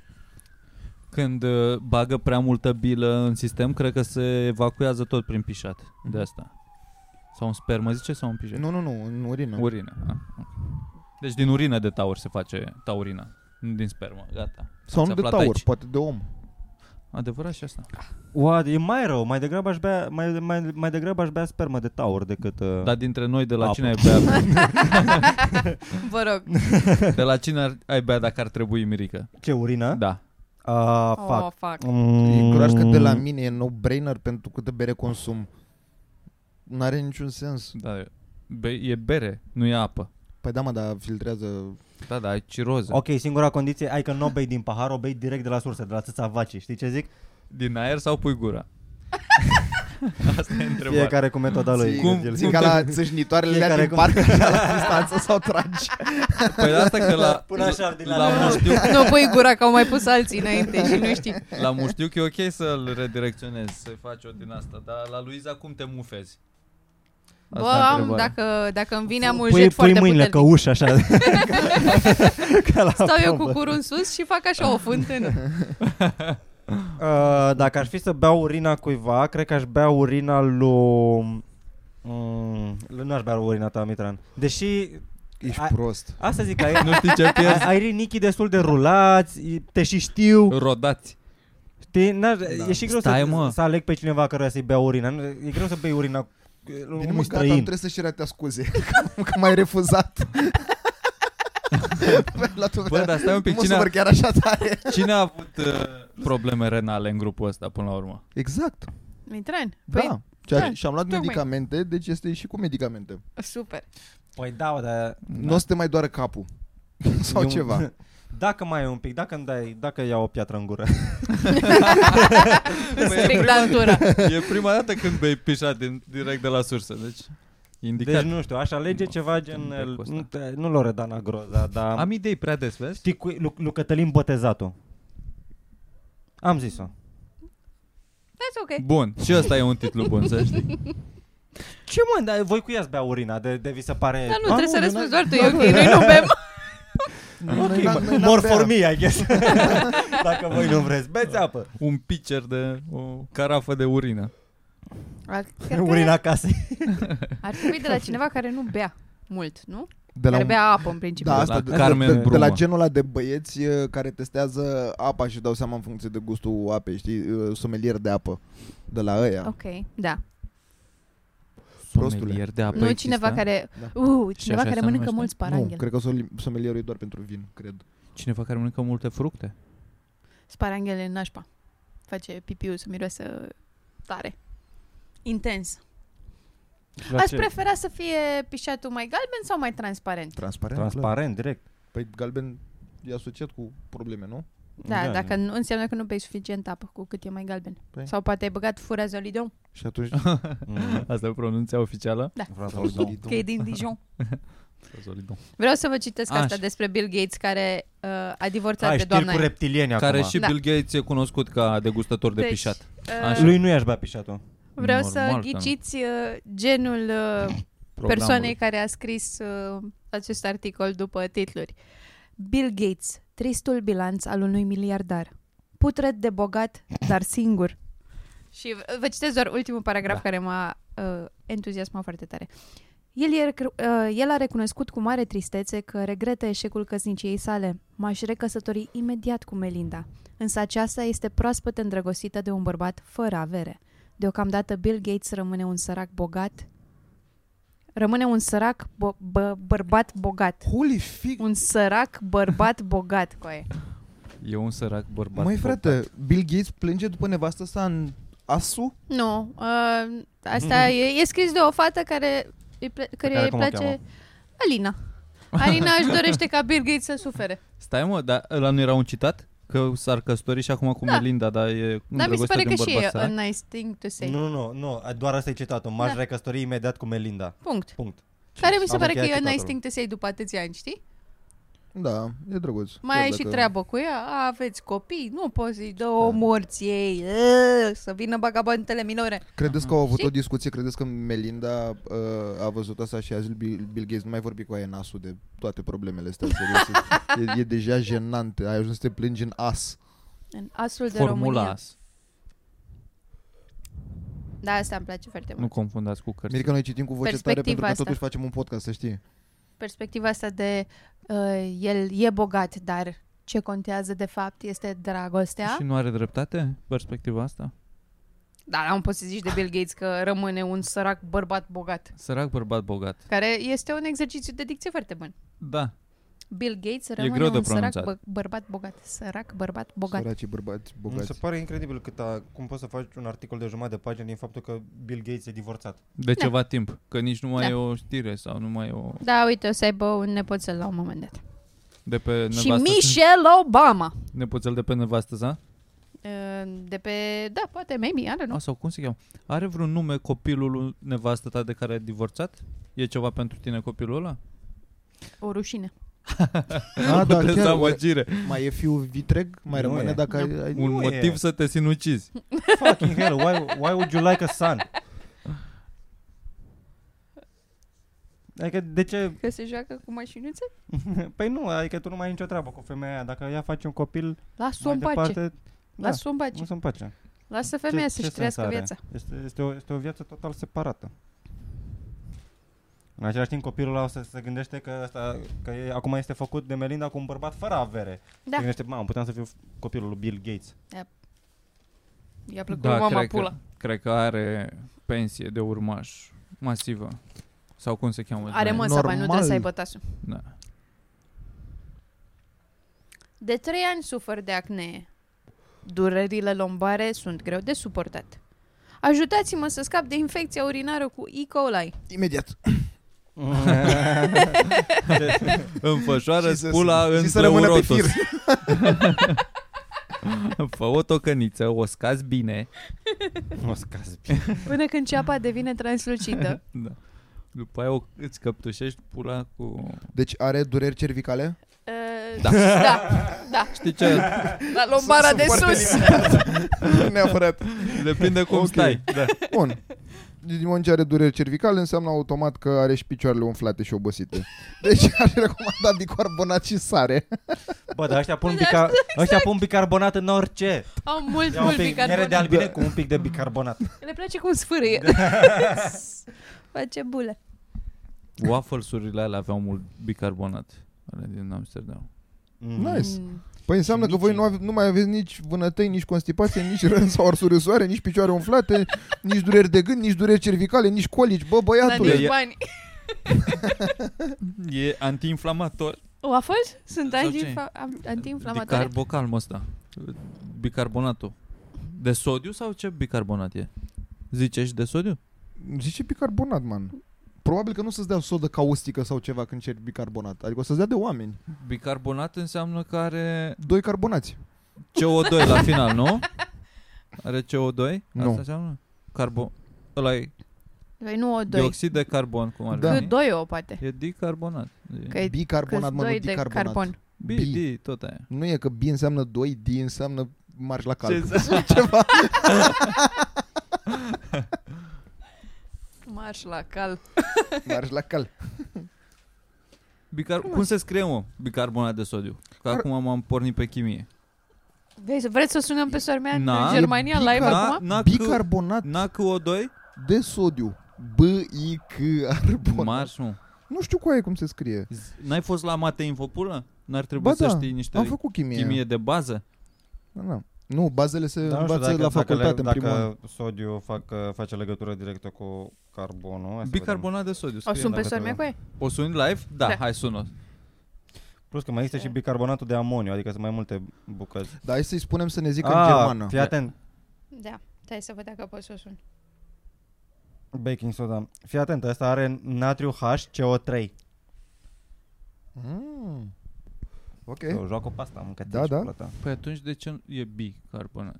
A: Când uh, bagă prea multă bilă în sistem, cred că se evacuează tot prin pișat. De asta. Sau în spermă, zice, sau în pișat?
C: Mhm. nu, nu, nu, în urină.
A: Urină. A. ok. Deci din urină de taur se face taurina. Nu din spermă. Gata.
C: Sau
A: Ați
C: nu de
A: aflat
C: taur,
A: aici.
C: poate de om.
A: Adevărat și asta.
D: Oa, e mai rău, mai degrabă aș bea, mai, mai, mai degrabă aș bea spermă de taur decât... Uh,
C: Da.
A: Dar dintre noi, de la
D: Apă.
A: cine ai bea?
B: Vă rog.
A: De la cine ar- ai bea dacă ar trebui, Mirica?
D: Ce, urină?
A: Da.
D: Ah, fuck.
B: Oh, fuck.
D: Mm.
C: E curaj că de la mine e no-brainer pentru câtă bere consum. N-are niciun sens.
A: da. Be- e bere, nu e apă.
C: Păi da, mă, dar filtrează...
A: Da, da, ai ciroză.
D: Ok, singura condiție, ai că nu o bei din pahar, o bei direct de la sursă, de la țâța vacii. Știi ce zic?
A: Din aer sau pui gura? asta e întrebarea.
D: Fiecare cu metoda lui.
A: Cum-
D: Gârgel.
C: Zic ca la țâșnitoarele alea
D: Fiecare
C: din
D: cum-
C: parc, ca la distanță sau tragi.
A: Păi asta că la,
D: Până așa, din
A: la,
D: la-
A: la muștiu
B: Nu pui gura că au mai pus alții înainte și nu știi.
A: La muștiuc e ok să-l redirecționezi, să-i faci o din asta, dar la Luiza cum te mufezi?
B: Bă,
A: Asta e
B: am,
A: întrebarea.
B: dacă, dacă îmi vine am un
D: Păi, pui,
B: jet
D: pui
B: foarte
D: mâinile
B: puternic.
D: că ușa așa. ca la
B: Stau eu
D: pompă.
B: cu curul în sus și fac așa o fântână.
D: Uh, dacă aș fi să beau urina cuiva, cred că aș bea urina lui... Mm, nu aș bea urina ta, Mitran. Deși,
C: Ești
D: Ai-
C: prost.
D: asta zic, ai,
A: Nu știi ce
D: ai,
A: pierzi?
D: ai rinichii destul de rulați, te și știu.
A: Rodați.
D: Știi, n-aș,
C: Da.
D: E și greu
A: Stai,
D: să,
A: mă.
D: să aleg pe cineva căruia să-i bea urina. Nu- E greu să bei urina eh, lui
C: Bine, mă,
D: unui
C: gata, îmi
D: străin.
C: trebuie să-și ratea scuze Că, că m-ai refuzat Păi, La tu,
A: Bă, dar stai un pic,
C: mă
A: cine a,
C: supăr chiar așa tare
A: cine a avut uh, probleme renale în grupul ăsta până la urmă?
C: Exact,
B: Mitran, păi,
C: da Ceea-
B: da,
C: Și am luat
B: tocmai.
C: medicamente, deci este și cu medicamente
B: super.
D: Păi da, mă, dar...
C: Nu o să te mai doară capul Sau
D: eu-
C: ceva
D: Dacă mai e un pic, dacă îmi dai, dacă iau o piatră în gură.
A: Păi,
B: Strict dantura.
A: E prima dată când bei pișa din, direct de la sursă, deci indicat.
D: Deci nu știu, aș alege ceva gen...
A: pe
D: eh,
A: ăsta.
D: Nu, te- nu Loredana Groza, dar...
A: Am idei prea des, vezi?
D: Știi cu lui, lui Cătălin Botezatu. Am zis-o.
B: That's ok.
A: Bun, și ăsta e un titlu bun, să știi.
D: Ce mă, dar voi cu ea ați bea urina, de, de vi se pare...
B: Dar nu,
D: Ah,
B: trebuie să
D: nu,
B: răspunzi doar tu, e ok, noi nu bem.
C: Noi n-am-
D: Ok,
C: noi
D: mă,
C: n-am
D: more
C: bea.
D: for me, I guess. Da. Dacă voi nu vreți, beți apă.
A: Un pitcher de o carafă de urină.
B: Ar, cred
D: Urina
B: că
D: acasă.
B: ar trebui de la cineva care nu bea mult, nu?
C: De
B: care
C: un-
B: bea apă în principiu.
A: De
C: Da,
A: la
C: asta de,
A: Carmen
C: de, de, de la
A: Bruma.
C: genul ăla de băieți uh, care testează apa și dau seama în funcție de gustul apei, știi, uh, somelier de apă de la ăia.
B: Ok, da.
C: Prostule.
A: Somelier de apă
B: nu
A: există?
B: cineva care,
C: Da.
B: uh,
A: Și
B: cineva
A: așa
B: care
A: se
B: mănâncă
A: numește?
B: mulți
C: Nu,
B: sparanghel.
C: cred că sol- somelierul e doar pentru vin, cred.
A: Cineva care mănâncă multe fructe?
B: Sparanghele în nașpa. Face pipiul să miroase tare. Intens.
D: La
B: Aș
D: ce?
B: prefera să fie pișatul mai galben sau mai transparent?
C: Transparent. clar.
D: Transparent, direct.
C: Păi galben e asociat cu probleme, nu?
B: Da, dacă nu, înseamnă că nu bei suficient apă cu cât e mai galben.
C: Păi.
B: Sau poate ai băgat furazolidon,
C: Și atunci...
D: Mhm.
A: Asta e pronunția oficială?
D: Vreau să
C: Sau
D: aud, da.
C: zolidon.
B: că e din Dijon. Vreau să vă citesc
A: Așa.
B: asta despre Bill Gates care uh, a divorțat
D: Ai
B: de
D: știri
B: doamna
D: cu
B: aia.
D: reptilieni
A: Care
D: acum.
A: și
B: Da.
A: Bill Gates e cunoscut ca degustător de
B: Deci,
A: pișat.
B: Uh,
A: Așa.
D: Lui nu i-aș bea pișatul.
B: vreau
A: Normal că
B: să
A: nu.
B: ghiciți uh, genul uh, persoanei care a scris uh, acest articol după titluri. Bill Gates, tristul bilanț al unui miliardar. Putred de bogat, dar singur. Și v- vă citesc doar ultimul paragraf da. care m-a uh, entuziasmat foarte tare. El, e, recru- uh, el a recunoscut cu mare tristețe că regretă eșecul căsniciei sale. M-aș recăsători imediat cu Melinda, însă aceasta este proaspăt îndrăgostită de un bărbat fără avere. Deocamdată Bill Gates rămâne un sărac bogat, rămâne un sărac bo- bă- bărbat bogat.
C: Holy fic!
B: Un sărac bărbat bogat, coaie.
A: E un sărac bărbat.
C: Măi frate, Bill Gates plânge după nevastă sa în asu?
B: Nu, uh, asta e, e scris de o fată care îi ple- care
D: care
B: îi
D: cum o
B: place
D: cheamă?
B: Alina. Alina își dorește ca Bill Gates să sufere.
A: Stai mă, dar ăla nu era un citat? Că s-ar căsători și acum cu
B: Da.
A: Melinda, dar e
B: Dar mi se
A: îndrăgostită
B: pare
A: de
B: că
A: un
B: și
A: bărbat
B: e a
A: sărac.
B: nice thing to say.
D: Nu, nu, nu, nu, doar asta e citatul. M-aș
B: Da.
D: recăsători imediat cu Melinda.
B: Punct.
D: Punct.
B: Care mi se
D: Am
B: pare că
D: încheiat
B: e a nice
D: citatul.
B: thing to say după atâția ani, știi?
C: Da, e drăguț.
B: Mai
C: Chiar
B: ai și
C: dacă-
B: treabă cu ea, a, aveți copii, nu poți să-i
D: Da.
B: dă o morți ei, Ă, să vină bagabantele minore.
C: Credeți că au avut
B: Și-
C: o discuție? Credeți că Melinda uh, a văzut asta și a zis Bill, Bill Gates nu mai vorbi cu aia în asul de toate problemele astea serios. e, e deja jenant. Ai ajuns să te plângi în as.
B: În asul de
A: Formula
B: România.
A: AS.
B: Da, asta îmi place foarte mult.
A: Nu confundați cu cărți.
C: Mirica, noi citim cu voce tare pentru că
B: Perspectiva asta.
C: totuși facem un podcast, să știi.
B: perspectiva asta de uh, el e bogat, dar ce contează de fapt este dragostea.
A: Și nu are dreptate perspectiva asta?
B: Dar Da, am poți să zici de Bill Gates că rămâne un sărac bărbat bogat,
A: Sărac bărbat bogat.
B: care este un exercițiu de dicție foarte bun.
A: Da.
B: Bill Gates rămâne
A: greu
B: un
A: de
B: sărac bă-
A: pronunțat.
B: bărbat bogat. Sărac bărbat bogat.
C: Săracii bărbați,
D: Mi se
C: bogați.
D: pare incredibil cât a, cum poți să faci un articol de jumătate de pagină din faptul că Bill Gates e divorțat.
A: De
B: Da.
A: ceva timp. Că nici nu mai
B: Da.
A: e o știre sau nu mai e o...
B: Da, uite, o să aibă un nepoțel la un moment dat.
A: De pe
B: Și
A: nevastă
B: Michelle Obama.
A: Nepoțel de pe nevastă da? sa?
B: Uh, De pe, da, poate, maybe, I don't
A: No.
B: know.
A: A, sau cum se cheamă? Are vreun nume copilul lui nevastă ta de care ai divorțat? E ceva pentru tine copilul ăla?
B: O rușine.
C: Ah, da,
A: Puteți
C: chiar,
A: să
C: oare-
A: amăgire.
C: Mai e fiul vitreg? Mai
D: Nu
C: rămâne
D: e.
C: dacă ai... ai...
A: Un
D: Nu e.
A: motiv să te sinucizi.
D: Fucking hell, why, why would you like a son? Adică de ce?
B: Că se joacă cu mașinuțe?
D: Păi nu, adică tu nu mai ai nicio treabă cu femeia aia. Dacă ea face un copil,
B: Lasă-o
D: mai
B: în pace.
D: departe... Da,
B: Lasă-o în pace.
D: nu sunt pace.
B: Lasă femeia
D: Ce-
B: să-și
D: ce
B: trăiască
D: sens are?
B: viața.
D: Este, este, o, este o viață total separată. În același timp, copilul ăla o să se gândește că, asta, că e, acum este făcut de Melinda cu un bărbat fără avere. Se
B: Da.
D: gândește, mamă, puteam să fiu copilul lui Bill Gates.
B: I-a plăcut da, mama
A: cred
B: pula.
A: Că, cred că are pensie de urmaș masivă. Sau cum se cheamă?
B: Are
A: Da.
B: măsa, bani, nu trebuie
C: normal.
B: să aibă tasul.
A: Da.
B: De trei ani sufăr de acne. Durerile lombare sunt greu de suportat. Ajutați-mă să scap de infecția urinară cu E. coli.
C: Imediat.
A: Înfășoară
C: Și să-
A: pula
C: și
A: în
C: să rămână pe fir.
A: Fă o tocăniță, o scazi bine.
D: o scaz.
B: Până când ceapa devine translucită.
A: Da. După aia o, îți căptușești pula cu...
C: Deci are dureri cervicale?
B: Uh,
A: Da.
B: da, da,
A: Știi ce?
B: la lombara
C: Sunt
B: de
C: foarte
B: sus.
C: Neapărat.
A: Depinde cum
C: Ok.
A: stai. Da.
C: Bun.
G: din moment ce are dureri cervicale, înseamnă automat că are și picioarele umflate și obosite. Deci aș recomanda bicarbonat și sare.
D: Bă, dar ăștia pun,
B: Da,
D: bica... ăștia pun bicarbonat în orice.
B: Au mult,
D: Ia un
B: mult
D: pic miere de
B: exact. bicarbonat.
D: albine cu un pic de bicarbonat.
B: Le place cum sfârâie. Face bule.
A: Waffles-urile alea aveau mult bicarbonat. Ale din Amsterdam.
G: Nice.
B: Mm.
G: Păi înseamnă
D: Și
G: că voi
D: nici-
G: nu, ave- nu mai aveți nici vânătăi, nici constipație, nici rând sau arsuri soare, nici picioare umflate, nici dureri de gând, nici dureri cervicale, nici colici. Bă,
B: Dar
G: băiatule,
B: nici bani.
A: E antiinflamator.
B: Waffles? Sunt
A: Sau
B: antiinfla- am- antiinflamatoare?
A: Bicarbocalmul ăsta. Bicarbonatul. De sodiu sau ce bicarbonat e? Zice și de sodiu?
G: zice bicarbonat, man. Probabil că nu o să-ți dea sodă caustică sau ceva când ceri bicarbonat. Adică o să-ți dea de oameni.
A: Bicarbonat înseamnă că are
G: Doi carbonați.
A: CO2 la final, nu? Are CO2? Asta
G: Nu.
A: înseamnă? Carbon. Ăla e
B: Păi nu o doi.
A: dioxid de carbon, cum ar
G: Da.
B: Că
A: veni.
B: doi o poate.
A: E dicarbonat. E
B: Că e
G: Bicarbonat,
B: că-s
G: mă, nu
B: doi de
G: dicarbonat.
B: carbon.
A: B,
G: Bi.
A: D, tot aia.
G: Nu e că bi înseamnă 2, D înseamnă marci la
A: Ce
G: calc. Ce ceva.
B: Marș la cal.
G: Marci la cal.
A: Bicar- cum se scrie, mă, bicarbonat de sodiu? Că
G: Ar-
A: acum m-am pornit pe chimie.
B: Vezi, vreți să sunăm pe sormea
A: Na.
B: în Germania
G: E
B: live
G: bicar-
A: Na,
B: acum?
A: na, cu,
G: Bicarbonat
A: na cu O2?
G: de sodiu. B, I, C, arbonat.
A: Marș, mă.
G: Nu știu cu aia cum se scrie.
A: Z- N-ai fost la mate infopulă? N-ar trebui
G: Ba
A: să
G: da,
A: știi niște
G: Am făcut chimie.
A: chimie de bază?
G: Da, da. Nu, bazele se
D: Dar Da, nu știu
G: învață
D: dacă,
G: la
D: dacă,
G: facultate în primul an.
D: dacă sodiu fac, uh, face legătură directă cu carbonul. Hai să vedem.
A: Bicarbonat de sodiu.
B: O
A: scrie,
B: sun
A: da.
B: pe
D: dacă
B: sormea
D: te-
B: cu ei?
A: O suni live? Da,
B: Da.
A: hai sună.
D: Plus că mai există și bicarbonatul de amoniu, adică sunt mai multe bucăți. Ah,
G: Dar hai să-i spunem să ne zică în germană.
D: Fii atent.
B: Da. Stai să văd dacă pot să o sun.
D: Baking soda. Fii atent, ăsta are natriu HCO3.
G: Mm. Ok.
D: Eu joacă pe asta, mâncă
G: Da, da.
A: Păi atunci de ce nu- e bicarbonat?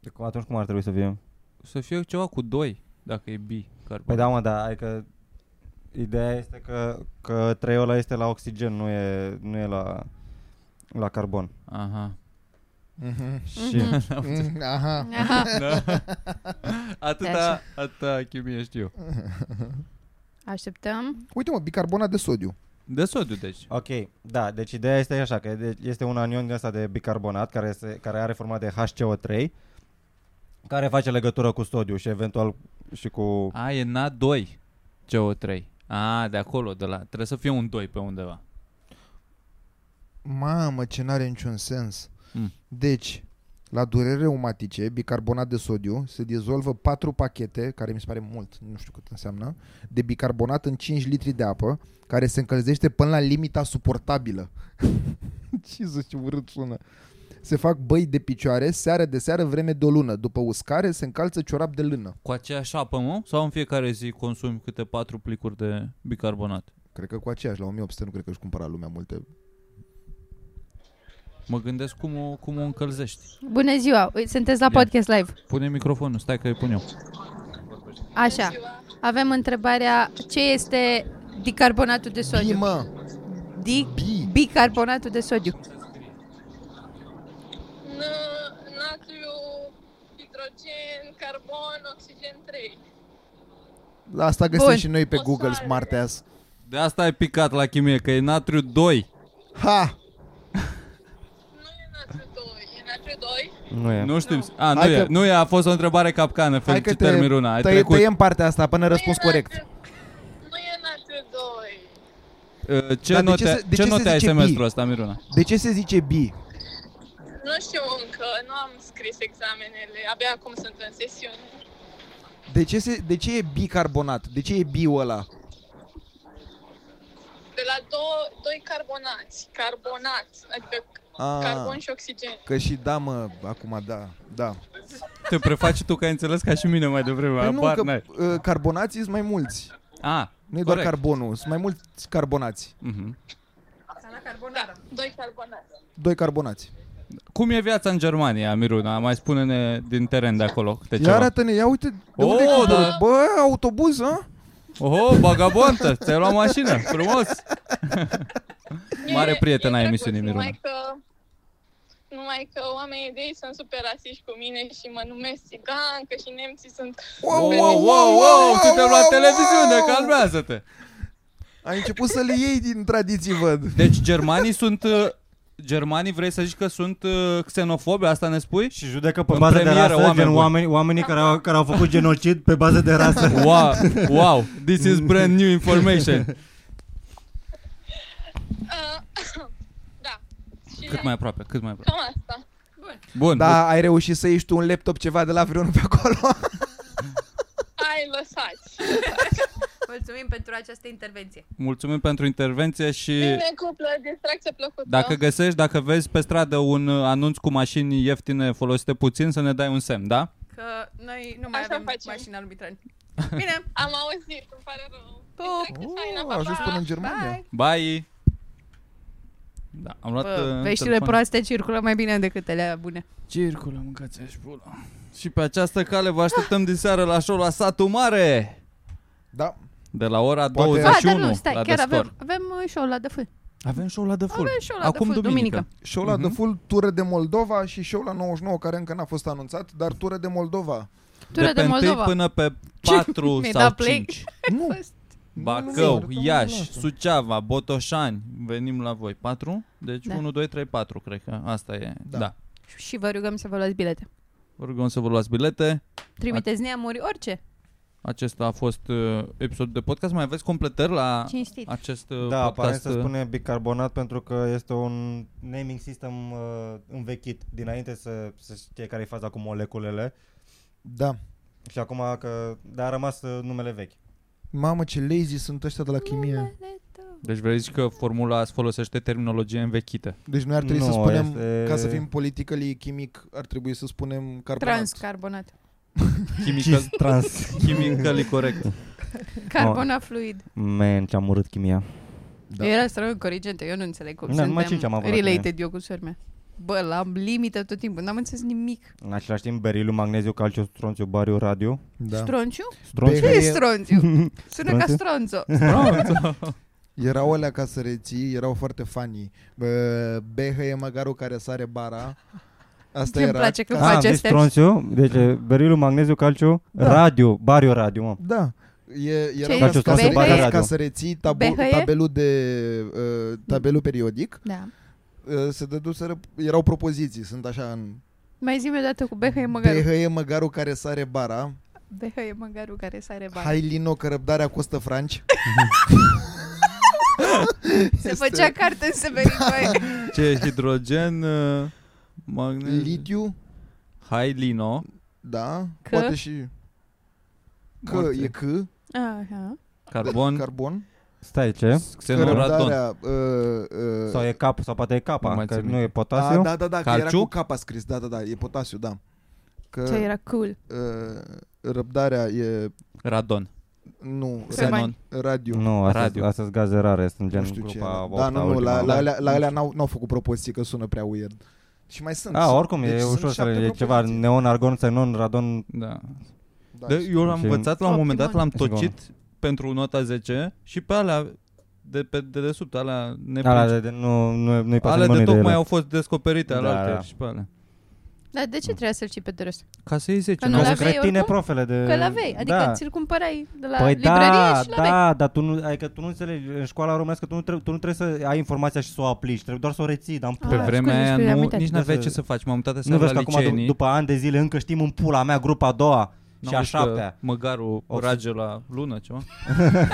D: Deci Atunci cum ar trebui să fie?
A: Să fie ceva cu 2, dacă e bicarbonat.
D: Păi da, mă, da, adică ideea este că, că treiola este la oxigen, nu e, nu e la, la carbon.
A: Aha.
G: Mhm.
D: Și
G: Mm, Aha.
B: Aha.
A: Da. atâta,
B: Așa.
A: atâta chimie știu.
B: Așteptăm.
G: Uite mă, bicarbonat de sodiu.
A: De sodiu, deci.
D: Ok, da, deci ideea este așa, că de- este un anion din asta de bicarbonat care, este, care are forma de HCO3 care face legătură cu sodiu și eventual și cu...
A: A, e Na2 CO3. A, de acolo, de la... Trebuie să fie un 2 pe undeva.
G: Mamă, ce n-are niciun sens.
D: Hmm.
A: Mm.
G: Deci, la durere reumatice, bicarbonat de sodiu se dizolvă 4 pachete, care mi se pare mult, nu știu cât înseamnă, de bicarbonat în 5 litri de apă, care se încălzește până la limita suportabilă. Jesus, ce urât sună. Se fac băi de picioare, seară de seară, vreme de o lună. După uscare se încalță ciorap de lână.
A: Cu aceeași apă, mă? Sau în fiecare zi consumi câte 4 plicuri de bicarbonat?
G: Cred că cu aceeași, la 1800 nu cred că își cumpăra lumea multe.
A: Mă gândesc cum o, cum o încălzești.
B: Bună ziua. Ui, Sunteți la
A: Ia.
B: podcast live.
A: Pune microfonul, stai că îi pun eu.
B: Așa. Avem întrebarea ce este bicarbonatul de sodiu?
G: Bimă!
B: Di-
G: Bi.
B: bicarbonatul de sodiu.
H: Na- Natriu, hidrogen, carbon, oxigen 3.
G: La asta găsim
B: Bun.
G: și noi pe
H: O
G: Google,
H: sare.
G: smart ass.
A: De asta ai picat la chimie, că e natriu 2.
G: Ha!
H: Nu e natriu 2, e natriu 2.
D: Nu
C: Da.
D: e.
A: Nu știm. A, nu
G: Hai
A: e,
G: că-
A: nu e, a fost o întrebare capcană.
G: Hai că te
A: Felicitări, Miruna. Ai
G: tăie-
A: trecut.
G: tăiem partea asta până răspuns
H: Nu e
G: corect.
H: natriu- Nu e natriu 2.
A: Uh, Ce
G: Dar de
A: note,
G: ce se-
A: ce
G: de ce se
A: note ai
G: zice
A: semestrul
G: bi?
A: ăsta, Miruna?
G: De ce se zice bi?
H: Nu știu încă, nu am scris examenele, abia acum sunt în sesiune.
G: De ce, se, de ce e bicarbonat? De ce e biul ăla?
H: De la două, doi carbonați, carbonat, adică
G: Ah.
H: carbon și oxigen.
G: Că și da, mă, acum da, da.
A: Te prefaci tu că ai înțeles ca și mine mai devreme.
G: Păi nu,
A: Abar
G: că
A: n-ai.
G: uh, carbonații sunt mai mulți.
A: A,
G: Nu e doar
A: corect.
G: carbonul, sunt mai mulți carbonați.
A: Mhm.
H: Da, doi carbonați.
G: Doi carbonați.
A: Cum e viața în Germania, Miruna? Mai spune-ne din teren de acolo câte
G: Ia
A: ceva.
G: arată-ne, ia uite de unde
A: Oh,
G: oh, e
A: da.
G: da. Bă, autobuz, a?
A: Oho, bagabontă, ți-ai luat mașină, frumos. Mare prietena
H: e
A: emisiunii,
H: drăguț,
A: Miruna.
H: numai că nu numai că oamenii de aici sunt super rasiști cu mine și mă numesc țigancă și nemții sunt...
A: Wow, wow, wow, wow, suntem la televiziune, calmează-te.
C: Ai început să le iei din tradiții, văd.
A: Deci germanii sunt... uh, Germanii vrei să zici că sunt uh, xenofobe, asta ne spui?
D: Și judecă pe
A: În
D: bază de
A: premieră,
D: rasă oameni,
A: oameni
D: gen
A: buni.
D: oameni, oamenii care au, care au făcut genocid pe bază de rasă.
A: Wow, wow, this is brand new information.
H: Uh, da. Și
A: Cât mai aproape, cât mai aproape.
H: Cam asta.
A: Bun,
G: Da, ai reușit să ieși tu un laptop ceva de la vreunul pe acolo?
H: Ai lăsat.
B: Mulțumim pentru această intervenție.
A: mulțumim pentru intervenție și
H: Bine, cuplă, distracție plăcută.
A: dacă găsești, dacă vezi pe stradă un uh, anunț cu mașini ieftine folosite puțin, să ne dai un semn, da?
B: Că noi nu mai
H: Așa
B: avem
H: facem.
B: mașina lui Mitran. Bine,
H: Am auzit, îmi pare rău.
B: pup!
H: Distracție faină,
C: Oh,
H: pa,
C: a ajuns
H: pa.
C: până în Germania.
B: Bye!
A: Bye! Da, am luat
B: Bă,
A: uh,
B: veștile
A: telefonul.
B: proaste circulă mai bine decât ele bune.
A: Circulă, mâncați și pula. Și pe această cale vă așteptăm din seară la show la Satul Mare.
C: Da.
A: De la ora
C: Poate-
B: Ba,
A: 21
B: Da, dar nu, stai,
A: la
B: chiar
A: The Store.
B: avem, avem uh, show la The Full.
A: Avem show la The Full.
B: Avem show la
A: Acum
B: The Full,
A: duminică.
B: duminică.
C: Show la
A: Mhm.
C: The Full, tură de Moldova și show la 99, care încă n-a fost anunțat, dar tură de Moldova.
B: Tură de,
A: pe 1
B: Moldova.
A: până pe 4
B: Mi-ai
A: sau
B: dat play?
A: 5.
C: Nu, Nu,
A: Bacău,
C: nu, nu,
A: Iași,
C: lasă.
A: Suceava, Botoșani, venim la voi. 4? Deci
B: Da.
A: 1, 2, 3, 4, cred că asta e. Da.
C: Da.
B: Și vă rugăm să vă luați bilete.
A: Vă rugăm să vă luați bilete.
B: Trimiteți neamuri, orice.
A: Acesta a fost uh, episodul de podcast. Mai aveți completări la
B: Cinstit.
A: acest uh,
D: Da, aparent
A: podcast?
D: se spune bicarbonat pentru că este un naming system uh, învechit dinainte să, să știe care e faza cu moleculele
C: Da.
D: și acum că dar a rămas uh, numele vechi.
C: Mamă, ce lazy sunt ăștia de la chimie.
A: Deci vrei zici că formula îți folosește terminologie învechită.
C: Deci noi ar trebui să
D: Nu,
C: spunem,
D: este-
C: ca să fim politically chimic, ar trebui să spunem carbonat.
B: Transcarbonat.
A: Chimical,
D: trans.
A: chimically corect.
B: Carbonat fluid.
D: Man, ce-am urât chimia.
B: Da. Era străin corigente, eu nu înțeleg cum
D: Da,
B: suntem
D: numai cinci am avut la
B: related eu cu sormea. Bă, la limită tot timpul, n-am înțeles nimic.
D: În același timp, beriliu, magneziu, calciu, stronțiu, bariu, radio.
B: Da.
C: Da.
B: Stronciu? Ce
D: Stronțiu?
C: Be-
B: e
C: E-
B: stronțiu? Sună ca
D: Stronțiu?
B: stronțo.
C: Erau alea ca să reții, erau foarte funny. Bă, Behă e măgarul care sare bara. Asta
B: Ce-mi
C: era.
B: place că
C: ca-
B: faci
D: Ah, deci
B: astea.
D: stronțiu, deci e, beriliu, magneziu, calciu,
C: Da.
D: radio, bariu, radio, mă.
C: Da. E,
B: Ce
C: era
B: este?
C: ca, ca, să,
B: Behăie?
C: ca, ca să reții tabu,
B: Behăie?
C: tabelul, de, uh, tabelul periodic.
B: Da.
C: Uh, se dăduseră, erau propoziții, sunt așa în...
B: Mai zi-mi o dată cu Behăie Măgaru.
C: Behăie măgarul care sare bara.
B: Behăie Măgaru care sare bani.
C: Hai Lino, că răbdarea costă franci.
B: Se făcea carte în Severin, băi.
A: Ce hidrogen, uh, magnez...
C: Litiu,
A: Hai, lino.
C: da,
B: Că?
C: poate și... Că
A: Morți.
C: e că,
B: Aha.
A: Carbon,
C: carbon.
D: Stai, ce?
C: Că
A: xenoradon.
C: răbdarea... Uh, uh,
D: Sau e cap, sau poate e
A: Nu
D: capa,
A: mai
D: că
A: țin
D: nu e
A: minte.
D: potasiu.
C: da, da, da, da, că era
A: Calciu?
C: cu capa scris, da, da, da, e potasiu, da. Că
B: Ce era cool.
C: Uh, răbdarea e...
A: Radon.
C: Nu,
B: Se mai-
A: Xenon.
C: radio.
D: Nu, astea
A: Radio.
D: astea gaze rare, sunt gen
C: da. nu știu ce.
D: grupa
C: era.
D: 8
C: Da, nu, nu, la, la, alea, la alea n-au, n-au făcut propoziții că sună prea weird. Și mai sunt.
D: A, oricum, deci
C: Deci
D: e
C: sunt
D: ușor să
C: șapte
D: e ceva
C: propoziții.
D: neon, argon, xenon, radon.
A: Da.
C: Da,
A: De, eu l-am
D: Și-
A: învățat la un moment dat, l-am
D: Optimon.
A: tocit pentru nota 10 și pe alea de pe de desubt, alea
D: Alea
A: neprinci.
D: de, de nu, nu, nu-i pasă
A: Alea de
D: nimănui de
A: tocmai
D: ele.
A: au fost descoperite ale
D: Da,
A: altea
D: da.
A: și pe alea.
B: Dar de ce trebuia să-l ții pe de rest?
A: Ca să iei 10.
B: Că nu
A: n-au
D: Că sunt
B: l-aveai
D: cretine
B: oricum?
D: profele de...
B: Că l-aveai, adică
D: da.
B: ți-l cumpărai de la
D: Păi
B: librărie
D: da,
B: și l-aveai.
D: da, dar tu nu, adică tu nu înțelegi, în școala românească tu nu, trebuie, tu nu trebuie să ai informația și să o aplici, trebuie doar să o reții, dar în
A: Pe
D: pula.
B: Ah,
A: vremea
B: scuze, scuze,
A: aia
B: am
A: nu,
B: uitat.
A: nici n-aveai
D: Da,
A: ce să faci. M-am mutat să
D: nu
A: la
D: vezi că acum,
A: liceenii.
D: dup- după ani de zile, încă știm în pula mea grupa a doua și
A: N-au
D: a
A: zis că
D: șaptea.
A: Măgarul
D: O
A: o
D: să-
A: rage la lună, ceva.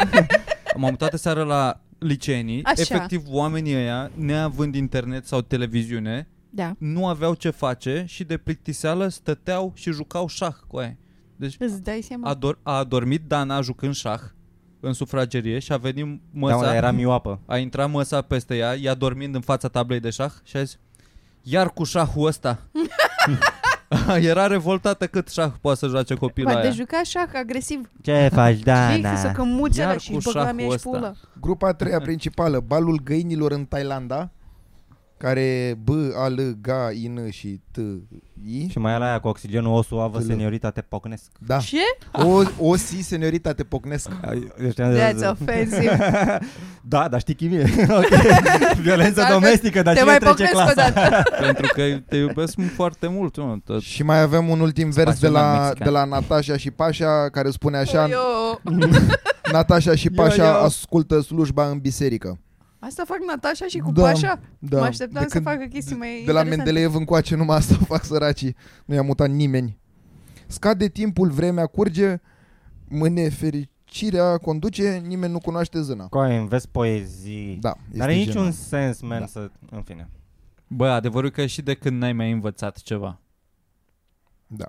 A: M-am mutat seară la liceenii.
B: Așa.
A: Efectiv, oamenii ăia, neavând internet sau televiziune,
B: Da.
A: nu aveau ce face și de plictiseală stăteau și jucau șah cu aia. Deci
B: Îți dai seama?
A: a, dor- a adormit Dana jucând șah în sufragerie și a venit
D: Da,
A: măsa,
D: mă, era mioapă.
A: a intrat măsa peste ea, ea dormind în fața tablei de șah și a zis, iar cu șahul ăsta. era revoltată cât șah poate să joace copilul
B: Ba,
A: aia.
B: de juca așa, că agresiv.
D: Ce faci,
B: Știi, că să
D: Dana?
B: cămuțe
A: Iar
B: ăla și
A: cu
B: băga mea
A: șahul
B: și
A: ăsta.
B: pulă.
C: Grupa a treia principală, balul găinilor în Thailanda, care e B, A, L, G, I, N și T, I.
D: Și mai ala aia cu oxigenul, o suavă,
C: Tâlă.
D: seniorita, te pocnesc.
C: Da.
B: Ce?
C: O, o si, seniorita, te pocnesc.
D: Eu știam
B: That's offensive.
D: Da, dar știi chimie. Ok. Violența
B: Dacă
D: domestică, dar
B: Te
D: cine
B: mai
D: trece
B: pocnesc o
D: clasa?
B: dată.
A: Pentru că te iubesc foarte mult, mă. Tot.
C: Și mai avem un ultim vers de
A: Spațiul
C: la,
A: mexican.
C: de la Natasha și Pașa care spune așa
B: Eu...
C: Natasha și Pașa
D: Yo, yo.
C: ascultă slujba în biserică.
B: Asta fac Natasha și cu
C: Da,
B: Pașa?
C: Da.
B: Mă așteptam
C: De
B: să
C: când-
B: facă chestii mai
C: De la
B: interesante.
C: Mendeleev încoace numai asta fac săracii. Nu i-a mutat nimeni. Scade timpul, vremea curge, mâine fericirea conduce, nimeni nu cunoaște zâna.
D: Coin, vezi poezii.
C: Da,
D: Dar are
C: este
D: niciun
C: genul.
D: sens, man,
C: Da.
D: să... În fine.
A: Bă, adevărul că și de când n-ai mai învățat ceva.
C: Da.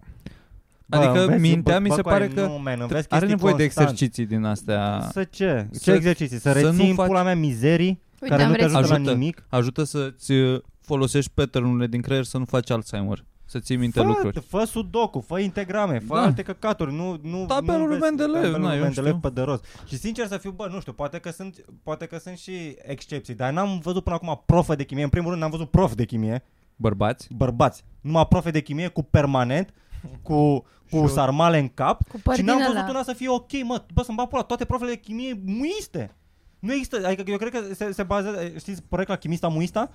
A: Adică
D: vezi,
A: mintea
D: bă-
A: mi
D: bă,
A: se pare
D: Coin,
A: că
D: nu, man,
A: tre-
D: înveți
A: are
D: chestii
A: nevoie de
D: constant.
A: exerciții din astea.
D: Să ce?
A: Să-
D: ce exerciții? Să,
A: să nu
D: reții în
A: faci-
D: pula mea mizerii
B: Uite,
D: care
B: am
D: nu te ajută,
B: reținut.
D: la
A: Ajută.
D: nimic?
A: Ajută să-ți uh, folosești pattern din creier să nu faci Alzheimer. Să ții minte
D: fă,
A: lucruri.
D: Fă sudoku, fă integrame, fă
A: Da.
D: alte căcaturi, nu nu
A: Tabelul
D: nu
A: lui
D: vezi-
A: Mendeleev,
D: tabelul
A: na,
D: lui
A: eu nu știu.
D: Mendeleev pe de rost. Și sincer să fiu, bă, nu știu, poate că sunt poate că sunt și excepții, dar n-am văzut până acum profă de chimie. În primul rând n-am văzut prof de chimie,
A: Bărbați?
D: bărbați. Numai profe de chimie cu permanent cu, cu sarmale în cap
B: Cu
D: și
B: păr
D: n-am
B: din
D: văzut
B: ăla.
D: una să fie ok, mă, bă, să-mi bag pula, toate profele de chimie muiste. Nu există, adică eu cred că se, se bazează, știți, proiectul chimista muista?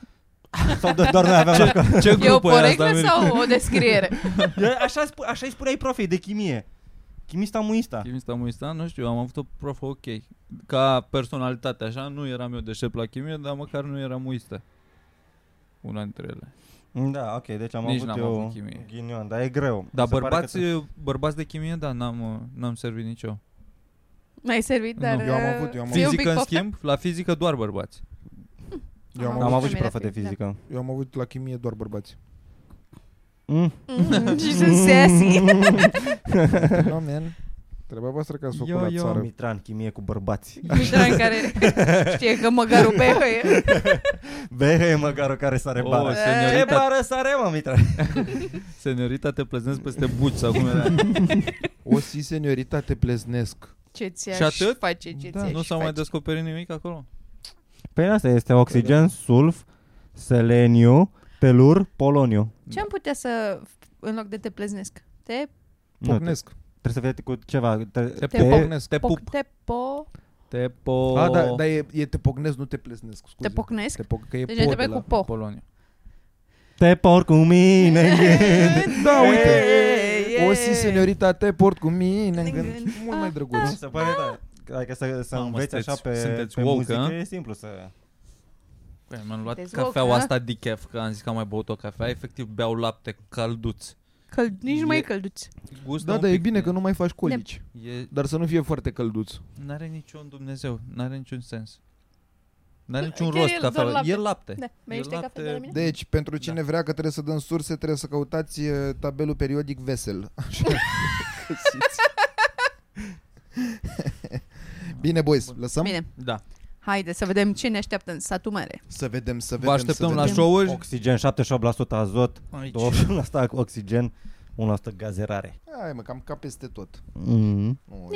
D: Sau do- doar noi aveam la cap?
A: Ce
B: E o
A: grup e păi asta?
B: poreclă
A: Mircea?
B: sau o descriere?
D: Eu Așa, sp- așa îi spuneai profei de chimie. Chimista muista.
A: Chimista muista, nu știu, am avut o profă ok. Ca personalitate, așa, nu eram eu deștept la chimie, dar măcar nu eram muistă. Una dintre ele.
D: Da, ok, deci am
A: Nici
D: avut
A: n-am
D: eu
A: avut chimie.
D: ghinion, dar e greu.
A: Dar
D: Se pare
A: bărbați,
D: că te-
A: bărbați de chimie, da, n-am, uh, n-am servit nicio.
B: Mai servit, dar...
A: Nu,
C: eu am
B: uh,
C: avut, eu am
B: ți-e un
A: Fizică,
B: pic
A: în
B: poftă?
A: schimb, la fizică doar bărbați.
C: Eu am
D: Am
C: avut
D: avut și
B: femeie
D: profă de fizică.
C: Eu am avut la chimie doar bărbați.
D: Mm.
B: Mhm, Și sunt sassy.
C: no, man. Treaba voastră că ați făcut
A: Eu-
C: la
A: eu-
C: țară.
D: Mitran, chimie cu bărbați.
B: Mitran care știe că măgarul pe e.
D: Bere măgarul care sare
A: O,
D: bară. Ce
A: seniorita,
D: bară sare, mă, Mitran?
A: seniorita te plăznesc peste buci sau cum era.
C: O si senioritate pleznesc.
B: Ce ți-aș
A: Și atât?
B: face, ce
C: Da,
B: ți-aș
A: nu s-a mai
B: face.
A: descoperit nimic acolo.
D: Păi asta este oxigen, sulf, seleniu, telur, poloniu.
B: Ce am putea să, în loc de te pleznesc? Te,
D: Nu, te-
C: Pocnesc.
D: trebuie să fie cu ceva. Te,
A: Te
D: te-
C: pocnesc.
A: Te pup.
B: poc, te, po,
A: Te po...
D: Ah,
C: A, da, dar e, e te pocnesc, nu te pleznesc. Scuze.
B: te pocnesc?
C: Te poc, că e
B: Deci
C: po de
B: începe
C: la...
B: cu po.
A: Polonia.
D: te por cu mine.
C: Da, uite.
B: Ei, ei.
C: O si senioritate port cu mine în
B: În
C: gând.
B: gând. Ah, da.
C: Mult mai drăguț. Da,
D: Mi se pare tare. Adică să, să
A: Mamă,
D: înveți așa
A: sunteți-
D: pe,
A: sunteți
D: pe
A: woke,
D: muzică,
A: a?
D: e simplu să...
A: Păi, mi-am luat
B: Sunteți
A: cafeaua
B: woke,
A: asta decaf, că am zis că am mai băut o cafea. Efectiv, beau lapte calduț.
B: Căl, nici nu mai
A: E-
B: e călduț.
A: Gustă
C: Da,
A: un
C: dar e
A: pic
C: bine
A: de-
C: că nu mai faci colici.
A: E,
C: Dar să nu fie foarte călduț.
A: n-are niciun Dumnezeu, n-are niciun sens. N-are
B: Da,
A: niciun
B: chiar
A: rost
B: e doar
A: cafeaua.
B: lapte.
A: E lapte.
B: Da, mai
A: E
B: ești
A: lapte-
B: cafea de la mine?
C: Deci, pentru cine vrea că trebuie să dăm surse, trebuie să căutați uh, tabelul periodic vesel. Așa. Găsiți. Bine, boys, lăsăm?
B: Bine,
A: Da.
B: haide să vedem ce ne așteaptă în satul mare.
C: Să vedem, să vedem.
A: Vă așteptăm
C: să
A: la
C: vedem.
A: show-uri.
D: Oxigen, 78% azot,
A: Păi- Aici.
D: 21% oxigen, 1% gazerare.
C: Hai mă, cam ca peste tot.
D: Mm.
C: Nu,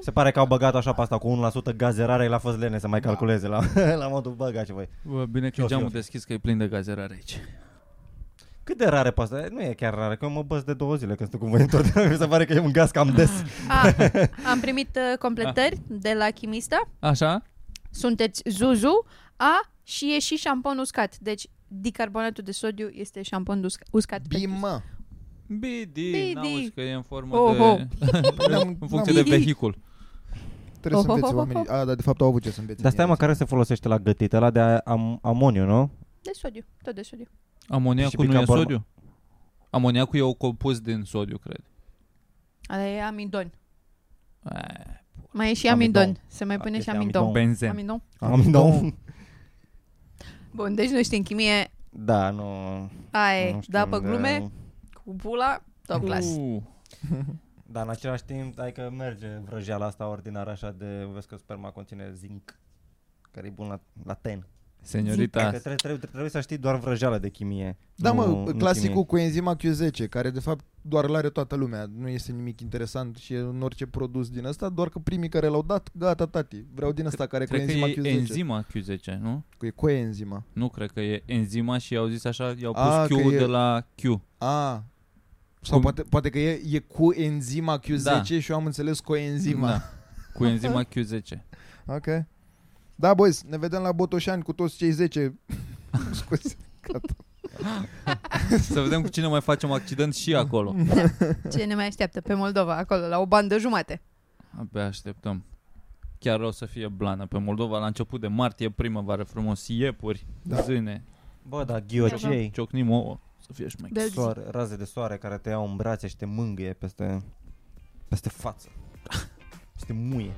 D: Se pare că au băgat așa pe asta cu 1% gazerare, el a fost lene să mai calculeze la, la modul băgați voi.
A: Bă, bine că
D: Eu,
A: geamul
D: eu.
A: deschis că e plin de gazerare aici.
D: Cât de rare pe asta? Nu e chiar rare, că eu mă băs de două zile când sunt cu voi întors. Mi se pare că e un gaz cam des.
B: A, Ah, am primit uh, completări de la chimista.
A: Așa?
B: Sunteți Zuzu, A și e și șampon uscat. Deci bicarbonatul de sodiu este șampon usc- uscat. pentru-
C: Bimă!
A: BD, n-auzi
B: BD.
A: că e în formă
B: Oho.
A: de...
C: Ne-am-
A: în funcție de
B: n-am-
A: vehicul.
C: Trebuie să înveți
B: Ohohoho.
C: oamenii. A, dar de fapt au avut ce să înveți.
D: Dar stai mă, care se folosește la gătit? Ăla de am, amoniu, nu?
B: De sodiu, tot de sodiu.
A: Amoniacul
D: Și
A: nu e
D: bicarborma-
A: sodiu? Amoniacul e o compus din sodiu, cred.
B: Ala e amidon.
A: Aia,
B: Mai e și
D: Amidon.
B: amidon. Se mai pune
D: Este
B: și amidon.
A: Benzen.
B: Amidon.
D: Amidon.
B: Bun, deci noi știm chimie.
D: Da, nu...
B: Ai,
D: nu știu
B: da, pe
D: unde-
B: glume, cu pula, top class.
A: Uh,
D: Dar Da, în același timp, ai că merge vrăjeala asta ordinară așa de, vezi că sperma conține zinc, care e bun la, la ten.
A: seniorita.
D: Adică trebuie, trebuie, trebuie, să știi doar vrăjeală de chimie.
C: Da, mă,
D: nu- nu
C: clasicul
D: chimie.
C: cu enzima Q10, care de fapt doar îl are toată lumea, nu este nimic interesant și e în orice produs din ăsta, doar că primii care l-au dat, gata, tati, vreau din ăsta care cu
A: Cred că
C: enzima Q10.
A: e enzima Q10, nu?
C: Că e coenzima.
A: Nu, cred că e enzima și i-au zis așa, i-au pus
C: A, că
A: Q-ul
C: e-
A: de la Q.
C: A, sau
A: Cum-
C: poate, poate că e, e cu enzima Q10
A: Da.
C: și eu am înțeles coenzima.
A: Da. Cu enzima Q10.
C: Ok. Da, boys, ne vedem la Botoșani cu toți cei 10. Scuze. Gata.
A: Să vedem cu cine mai facem accident și acolo.
B: Ce ne mai așteaptă pe Moldova, acolo, la o bandă jumate.
A: Abia așteptăm. Chiar o să fie blană pe Moldova la început de martie, primăvară frumos, iepuri, da. zâne,
D: Bă, da, ghiocei,
A: ciocnim ouă, să fie șmecher.
B: Belgi-
D: soare, raze de soare care te iau în brațe și te mângâie peste, peste față, peste muie.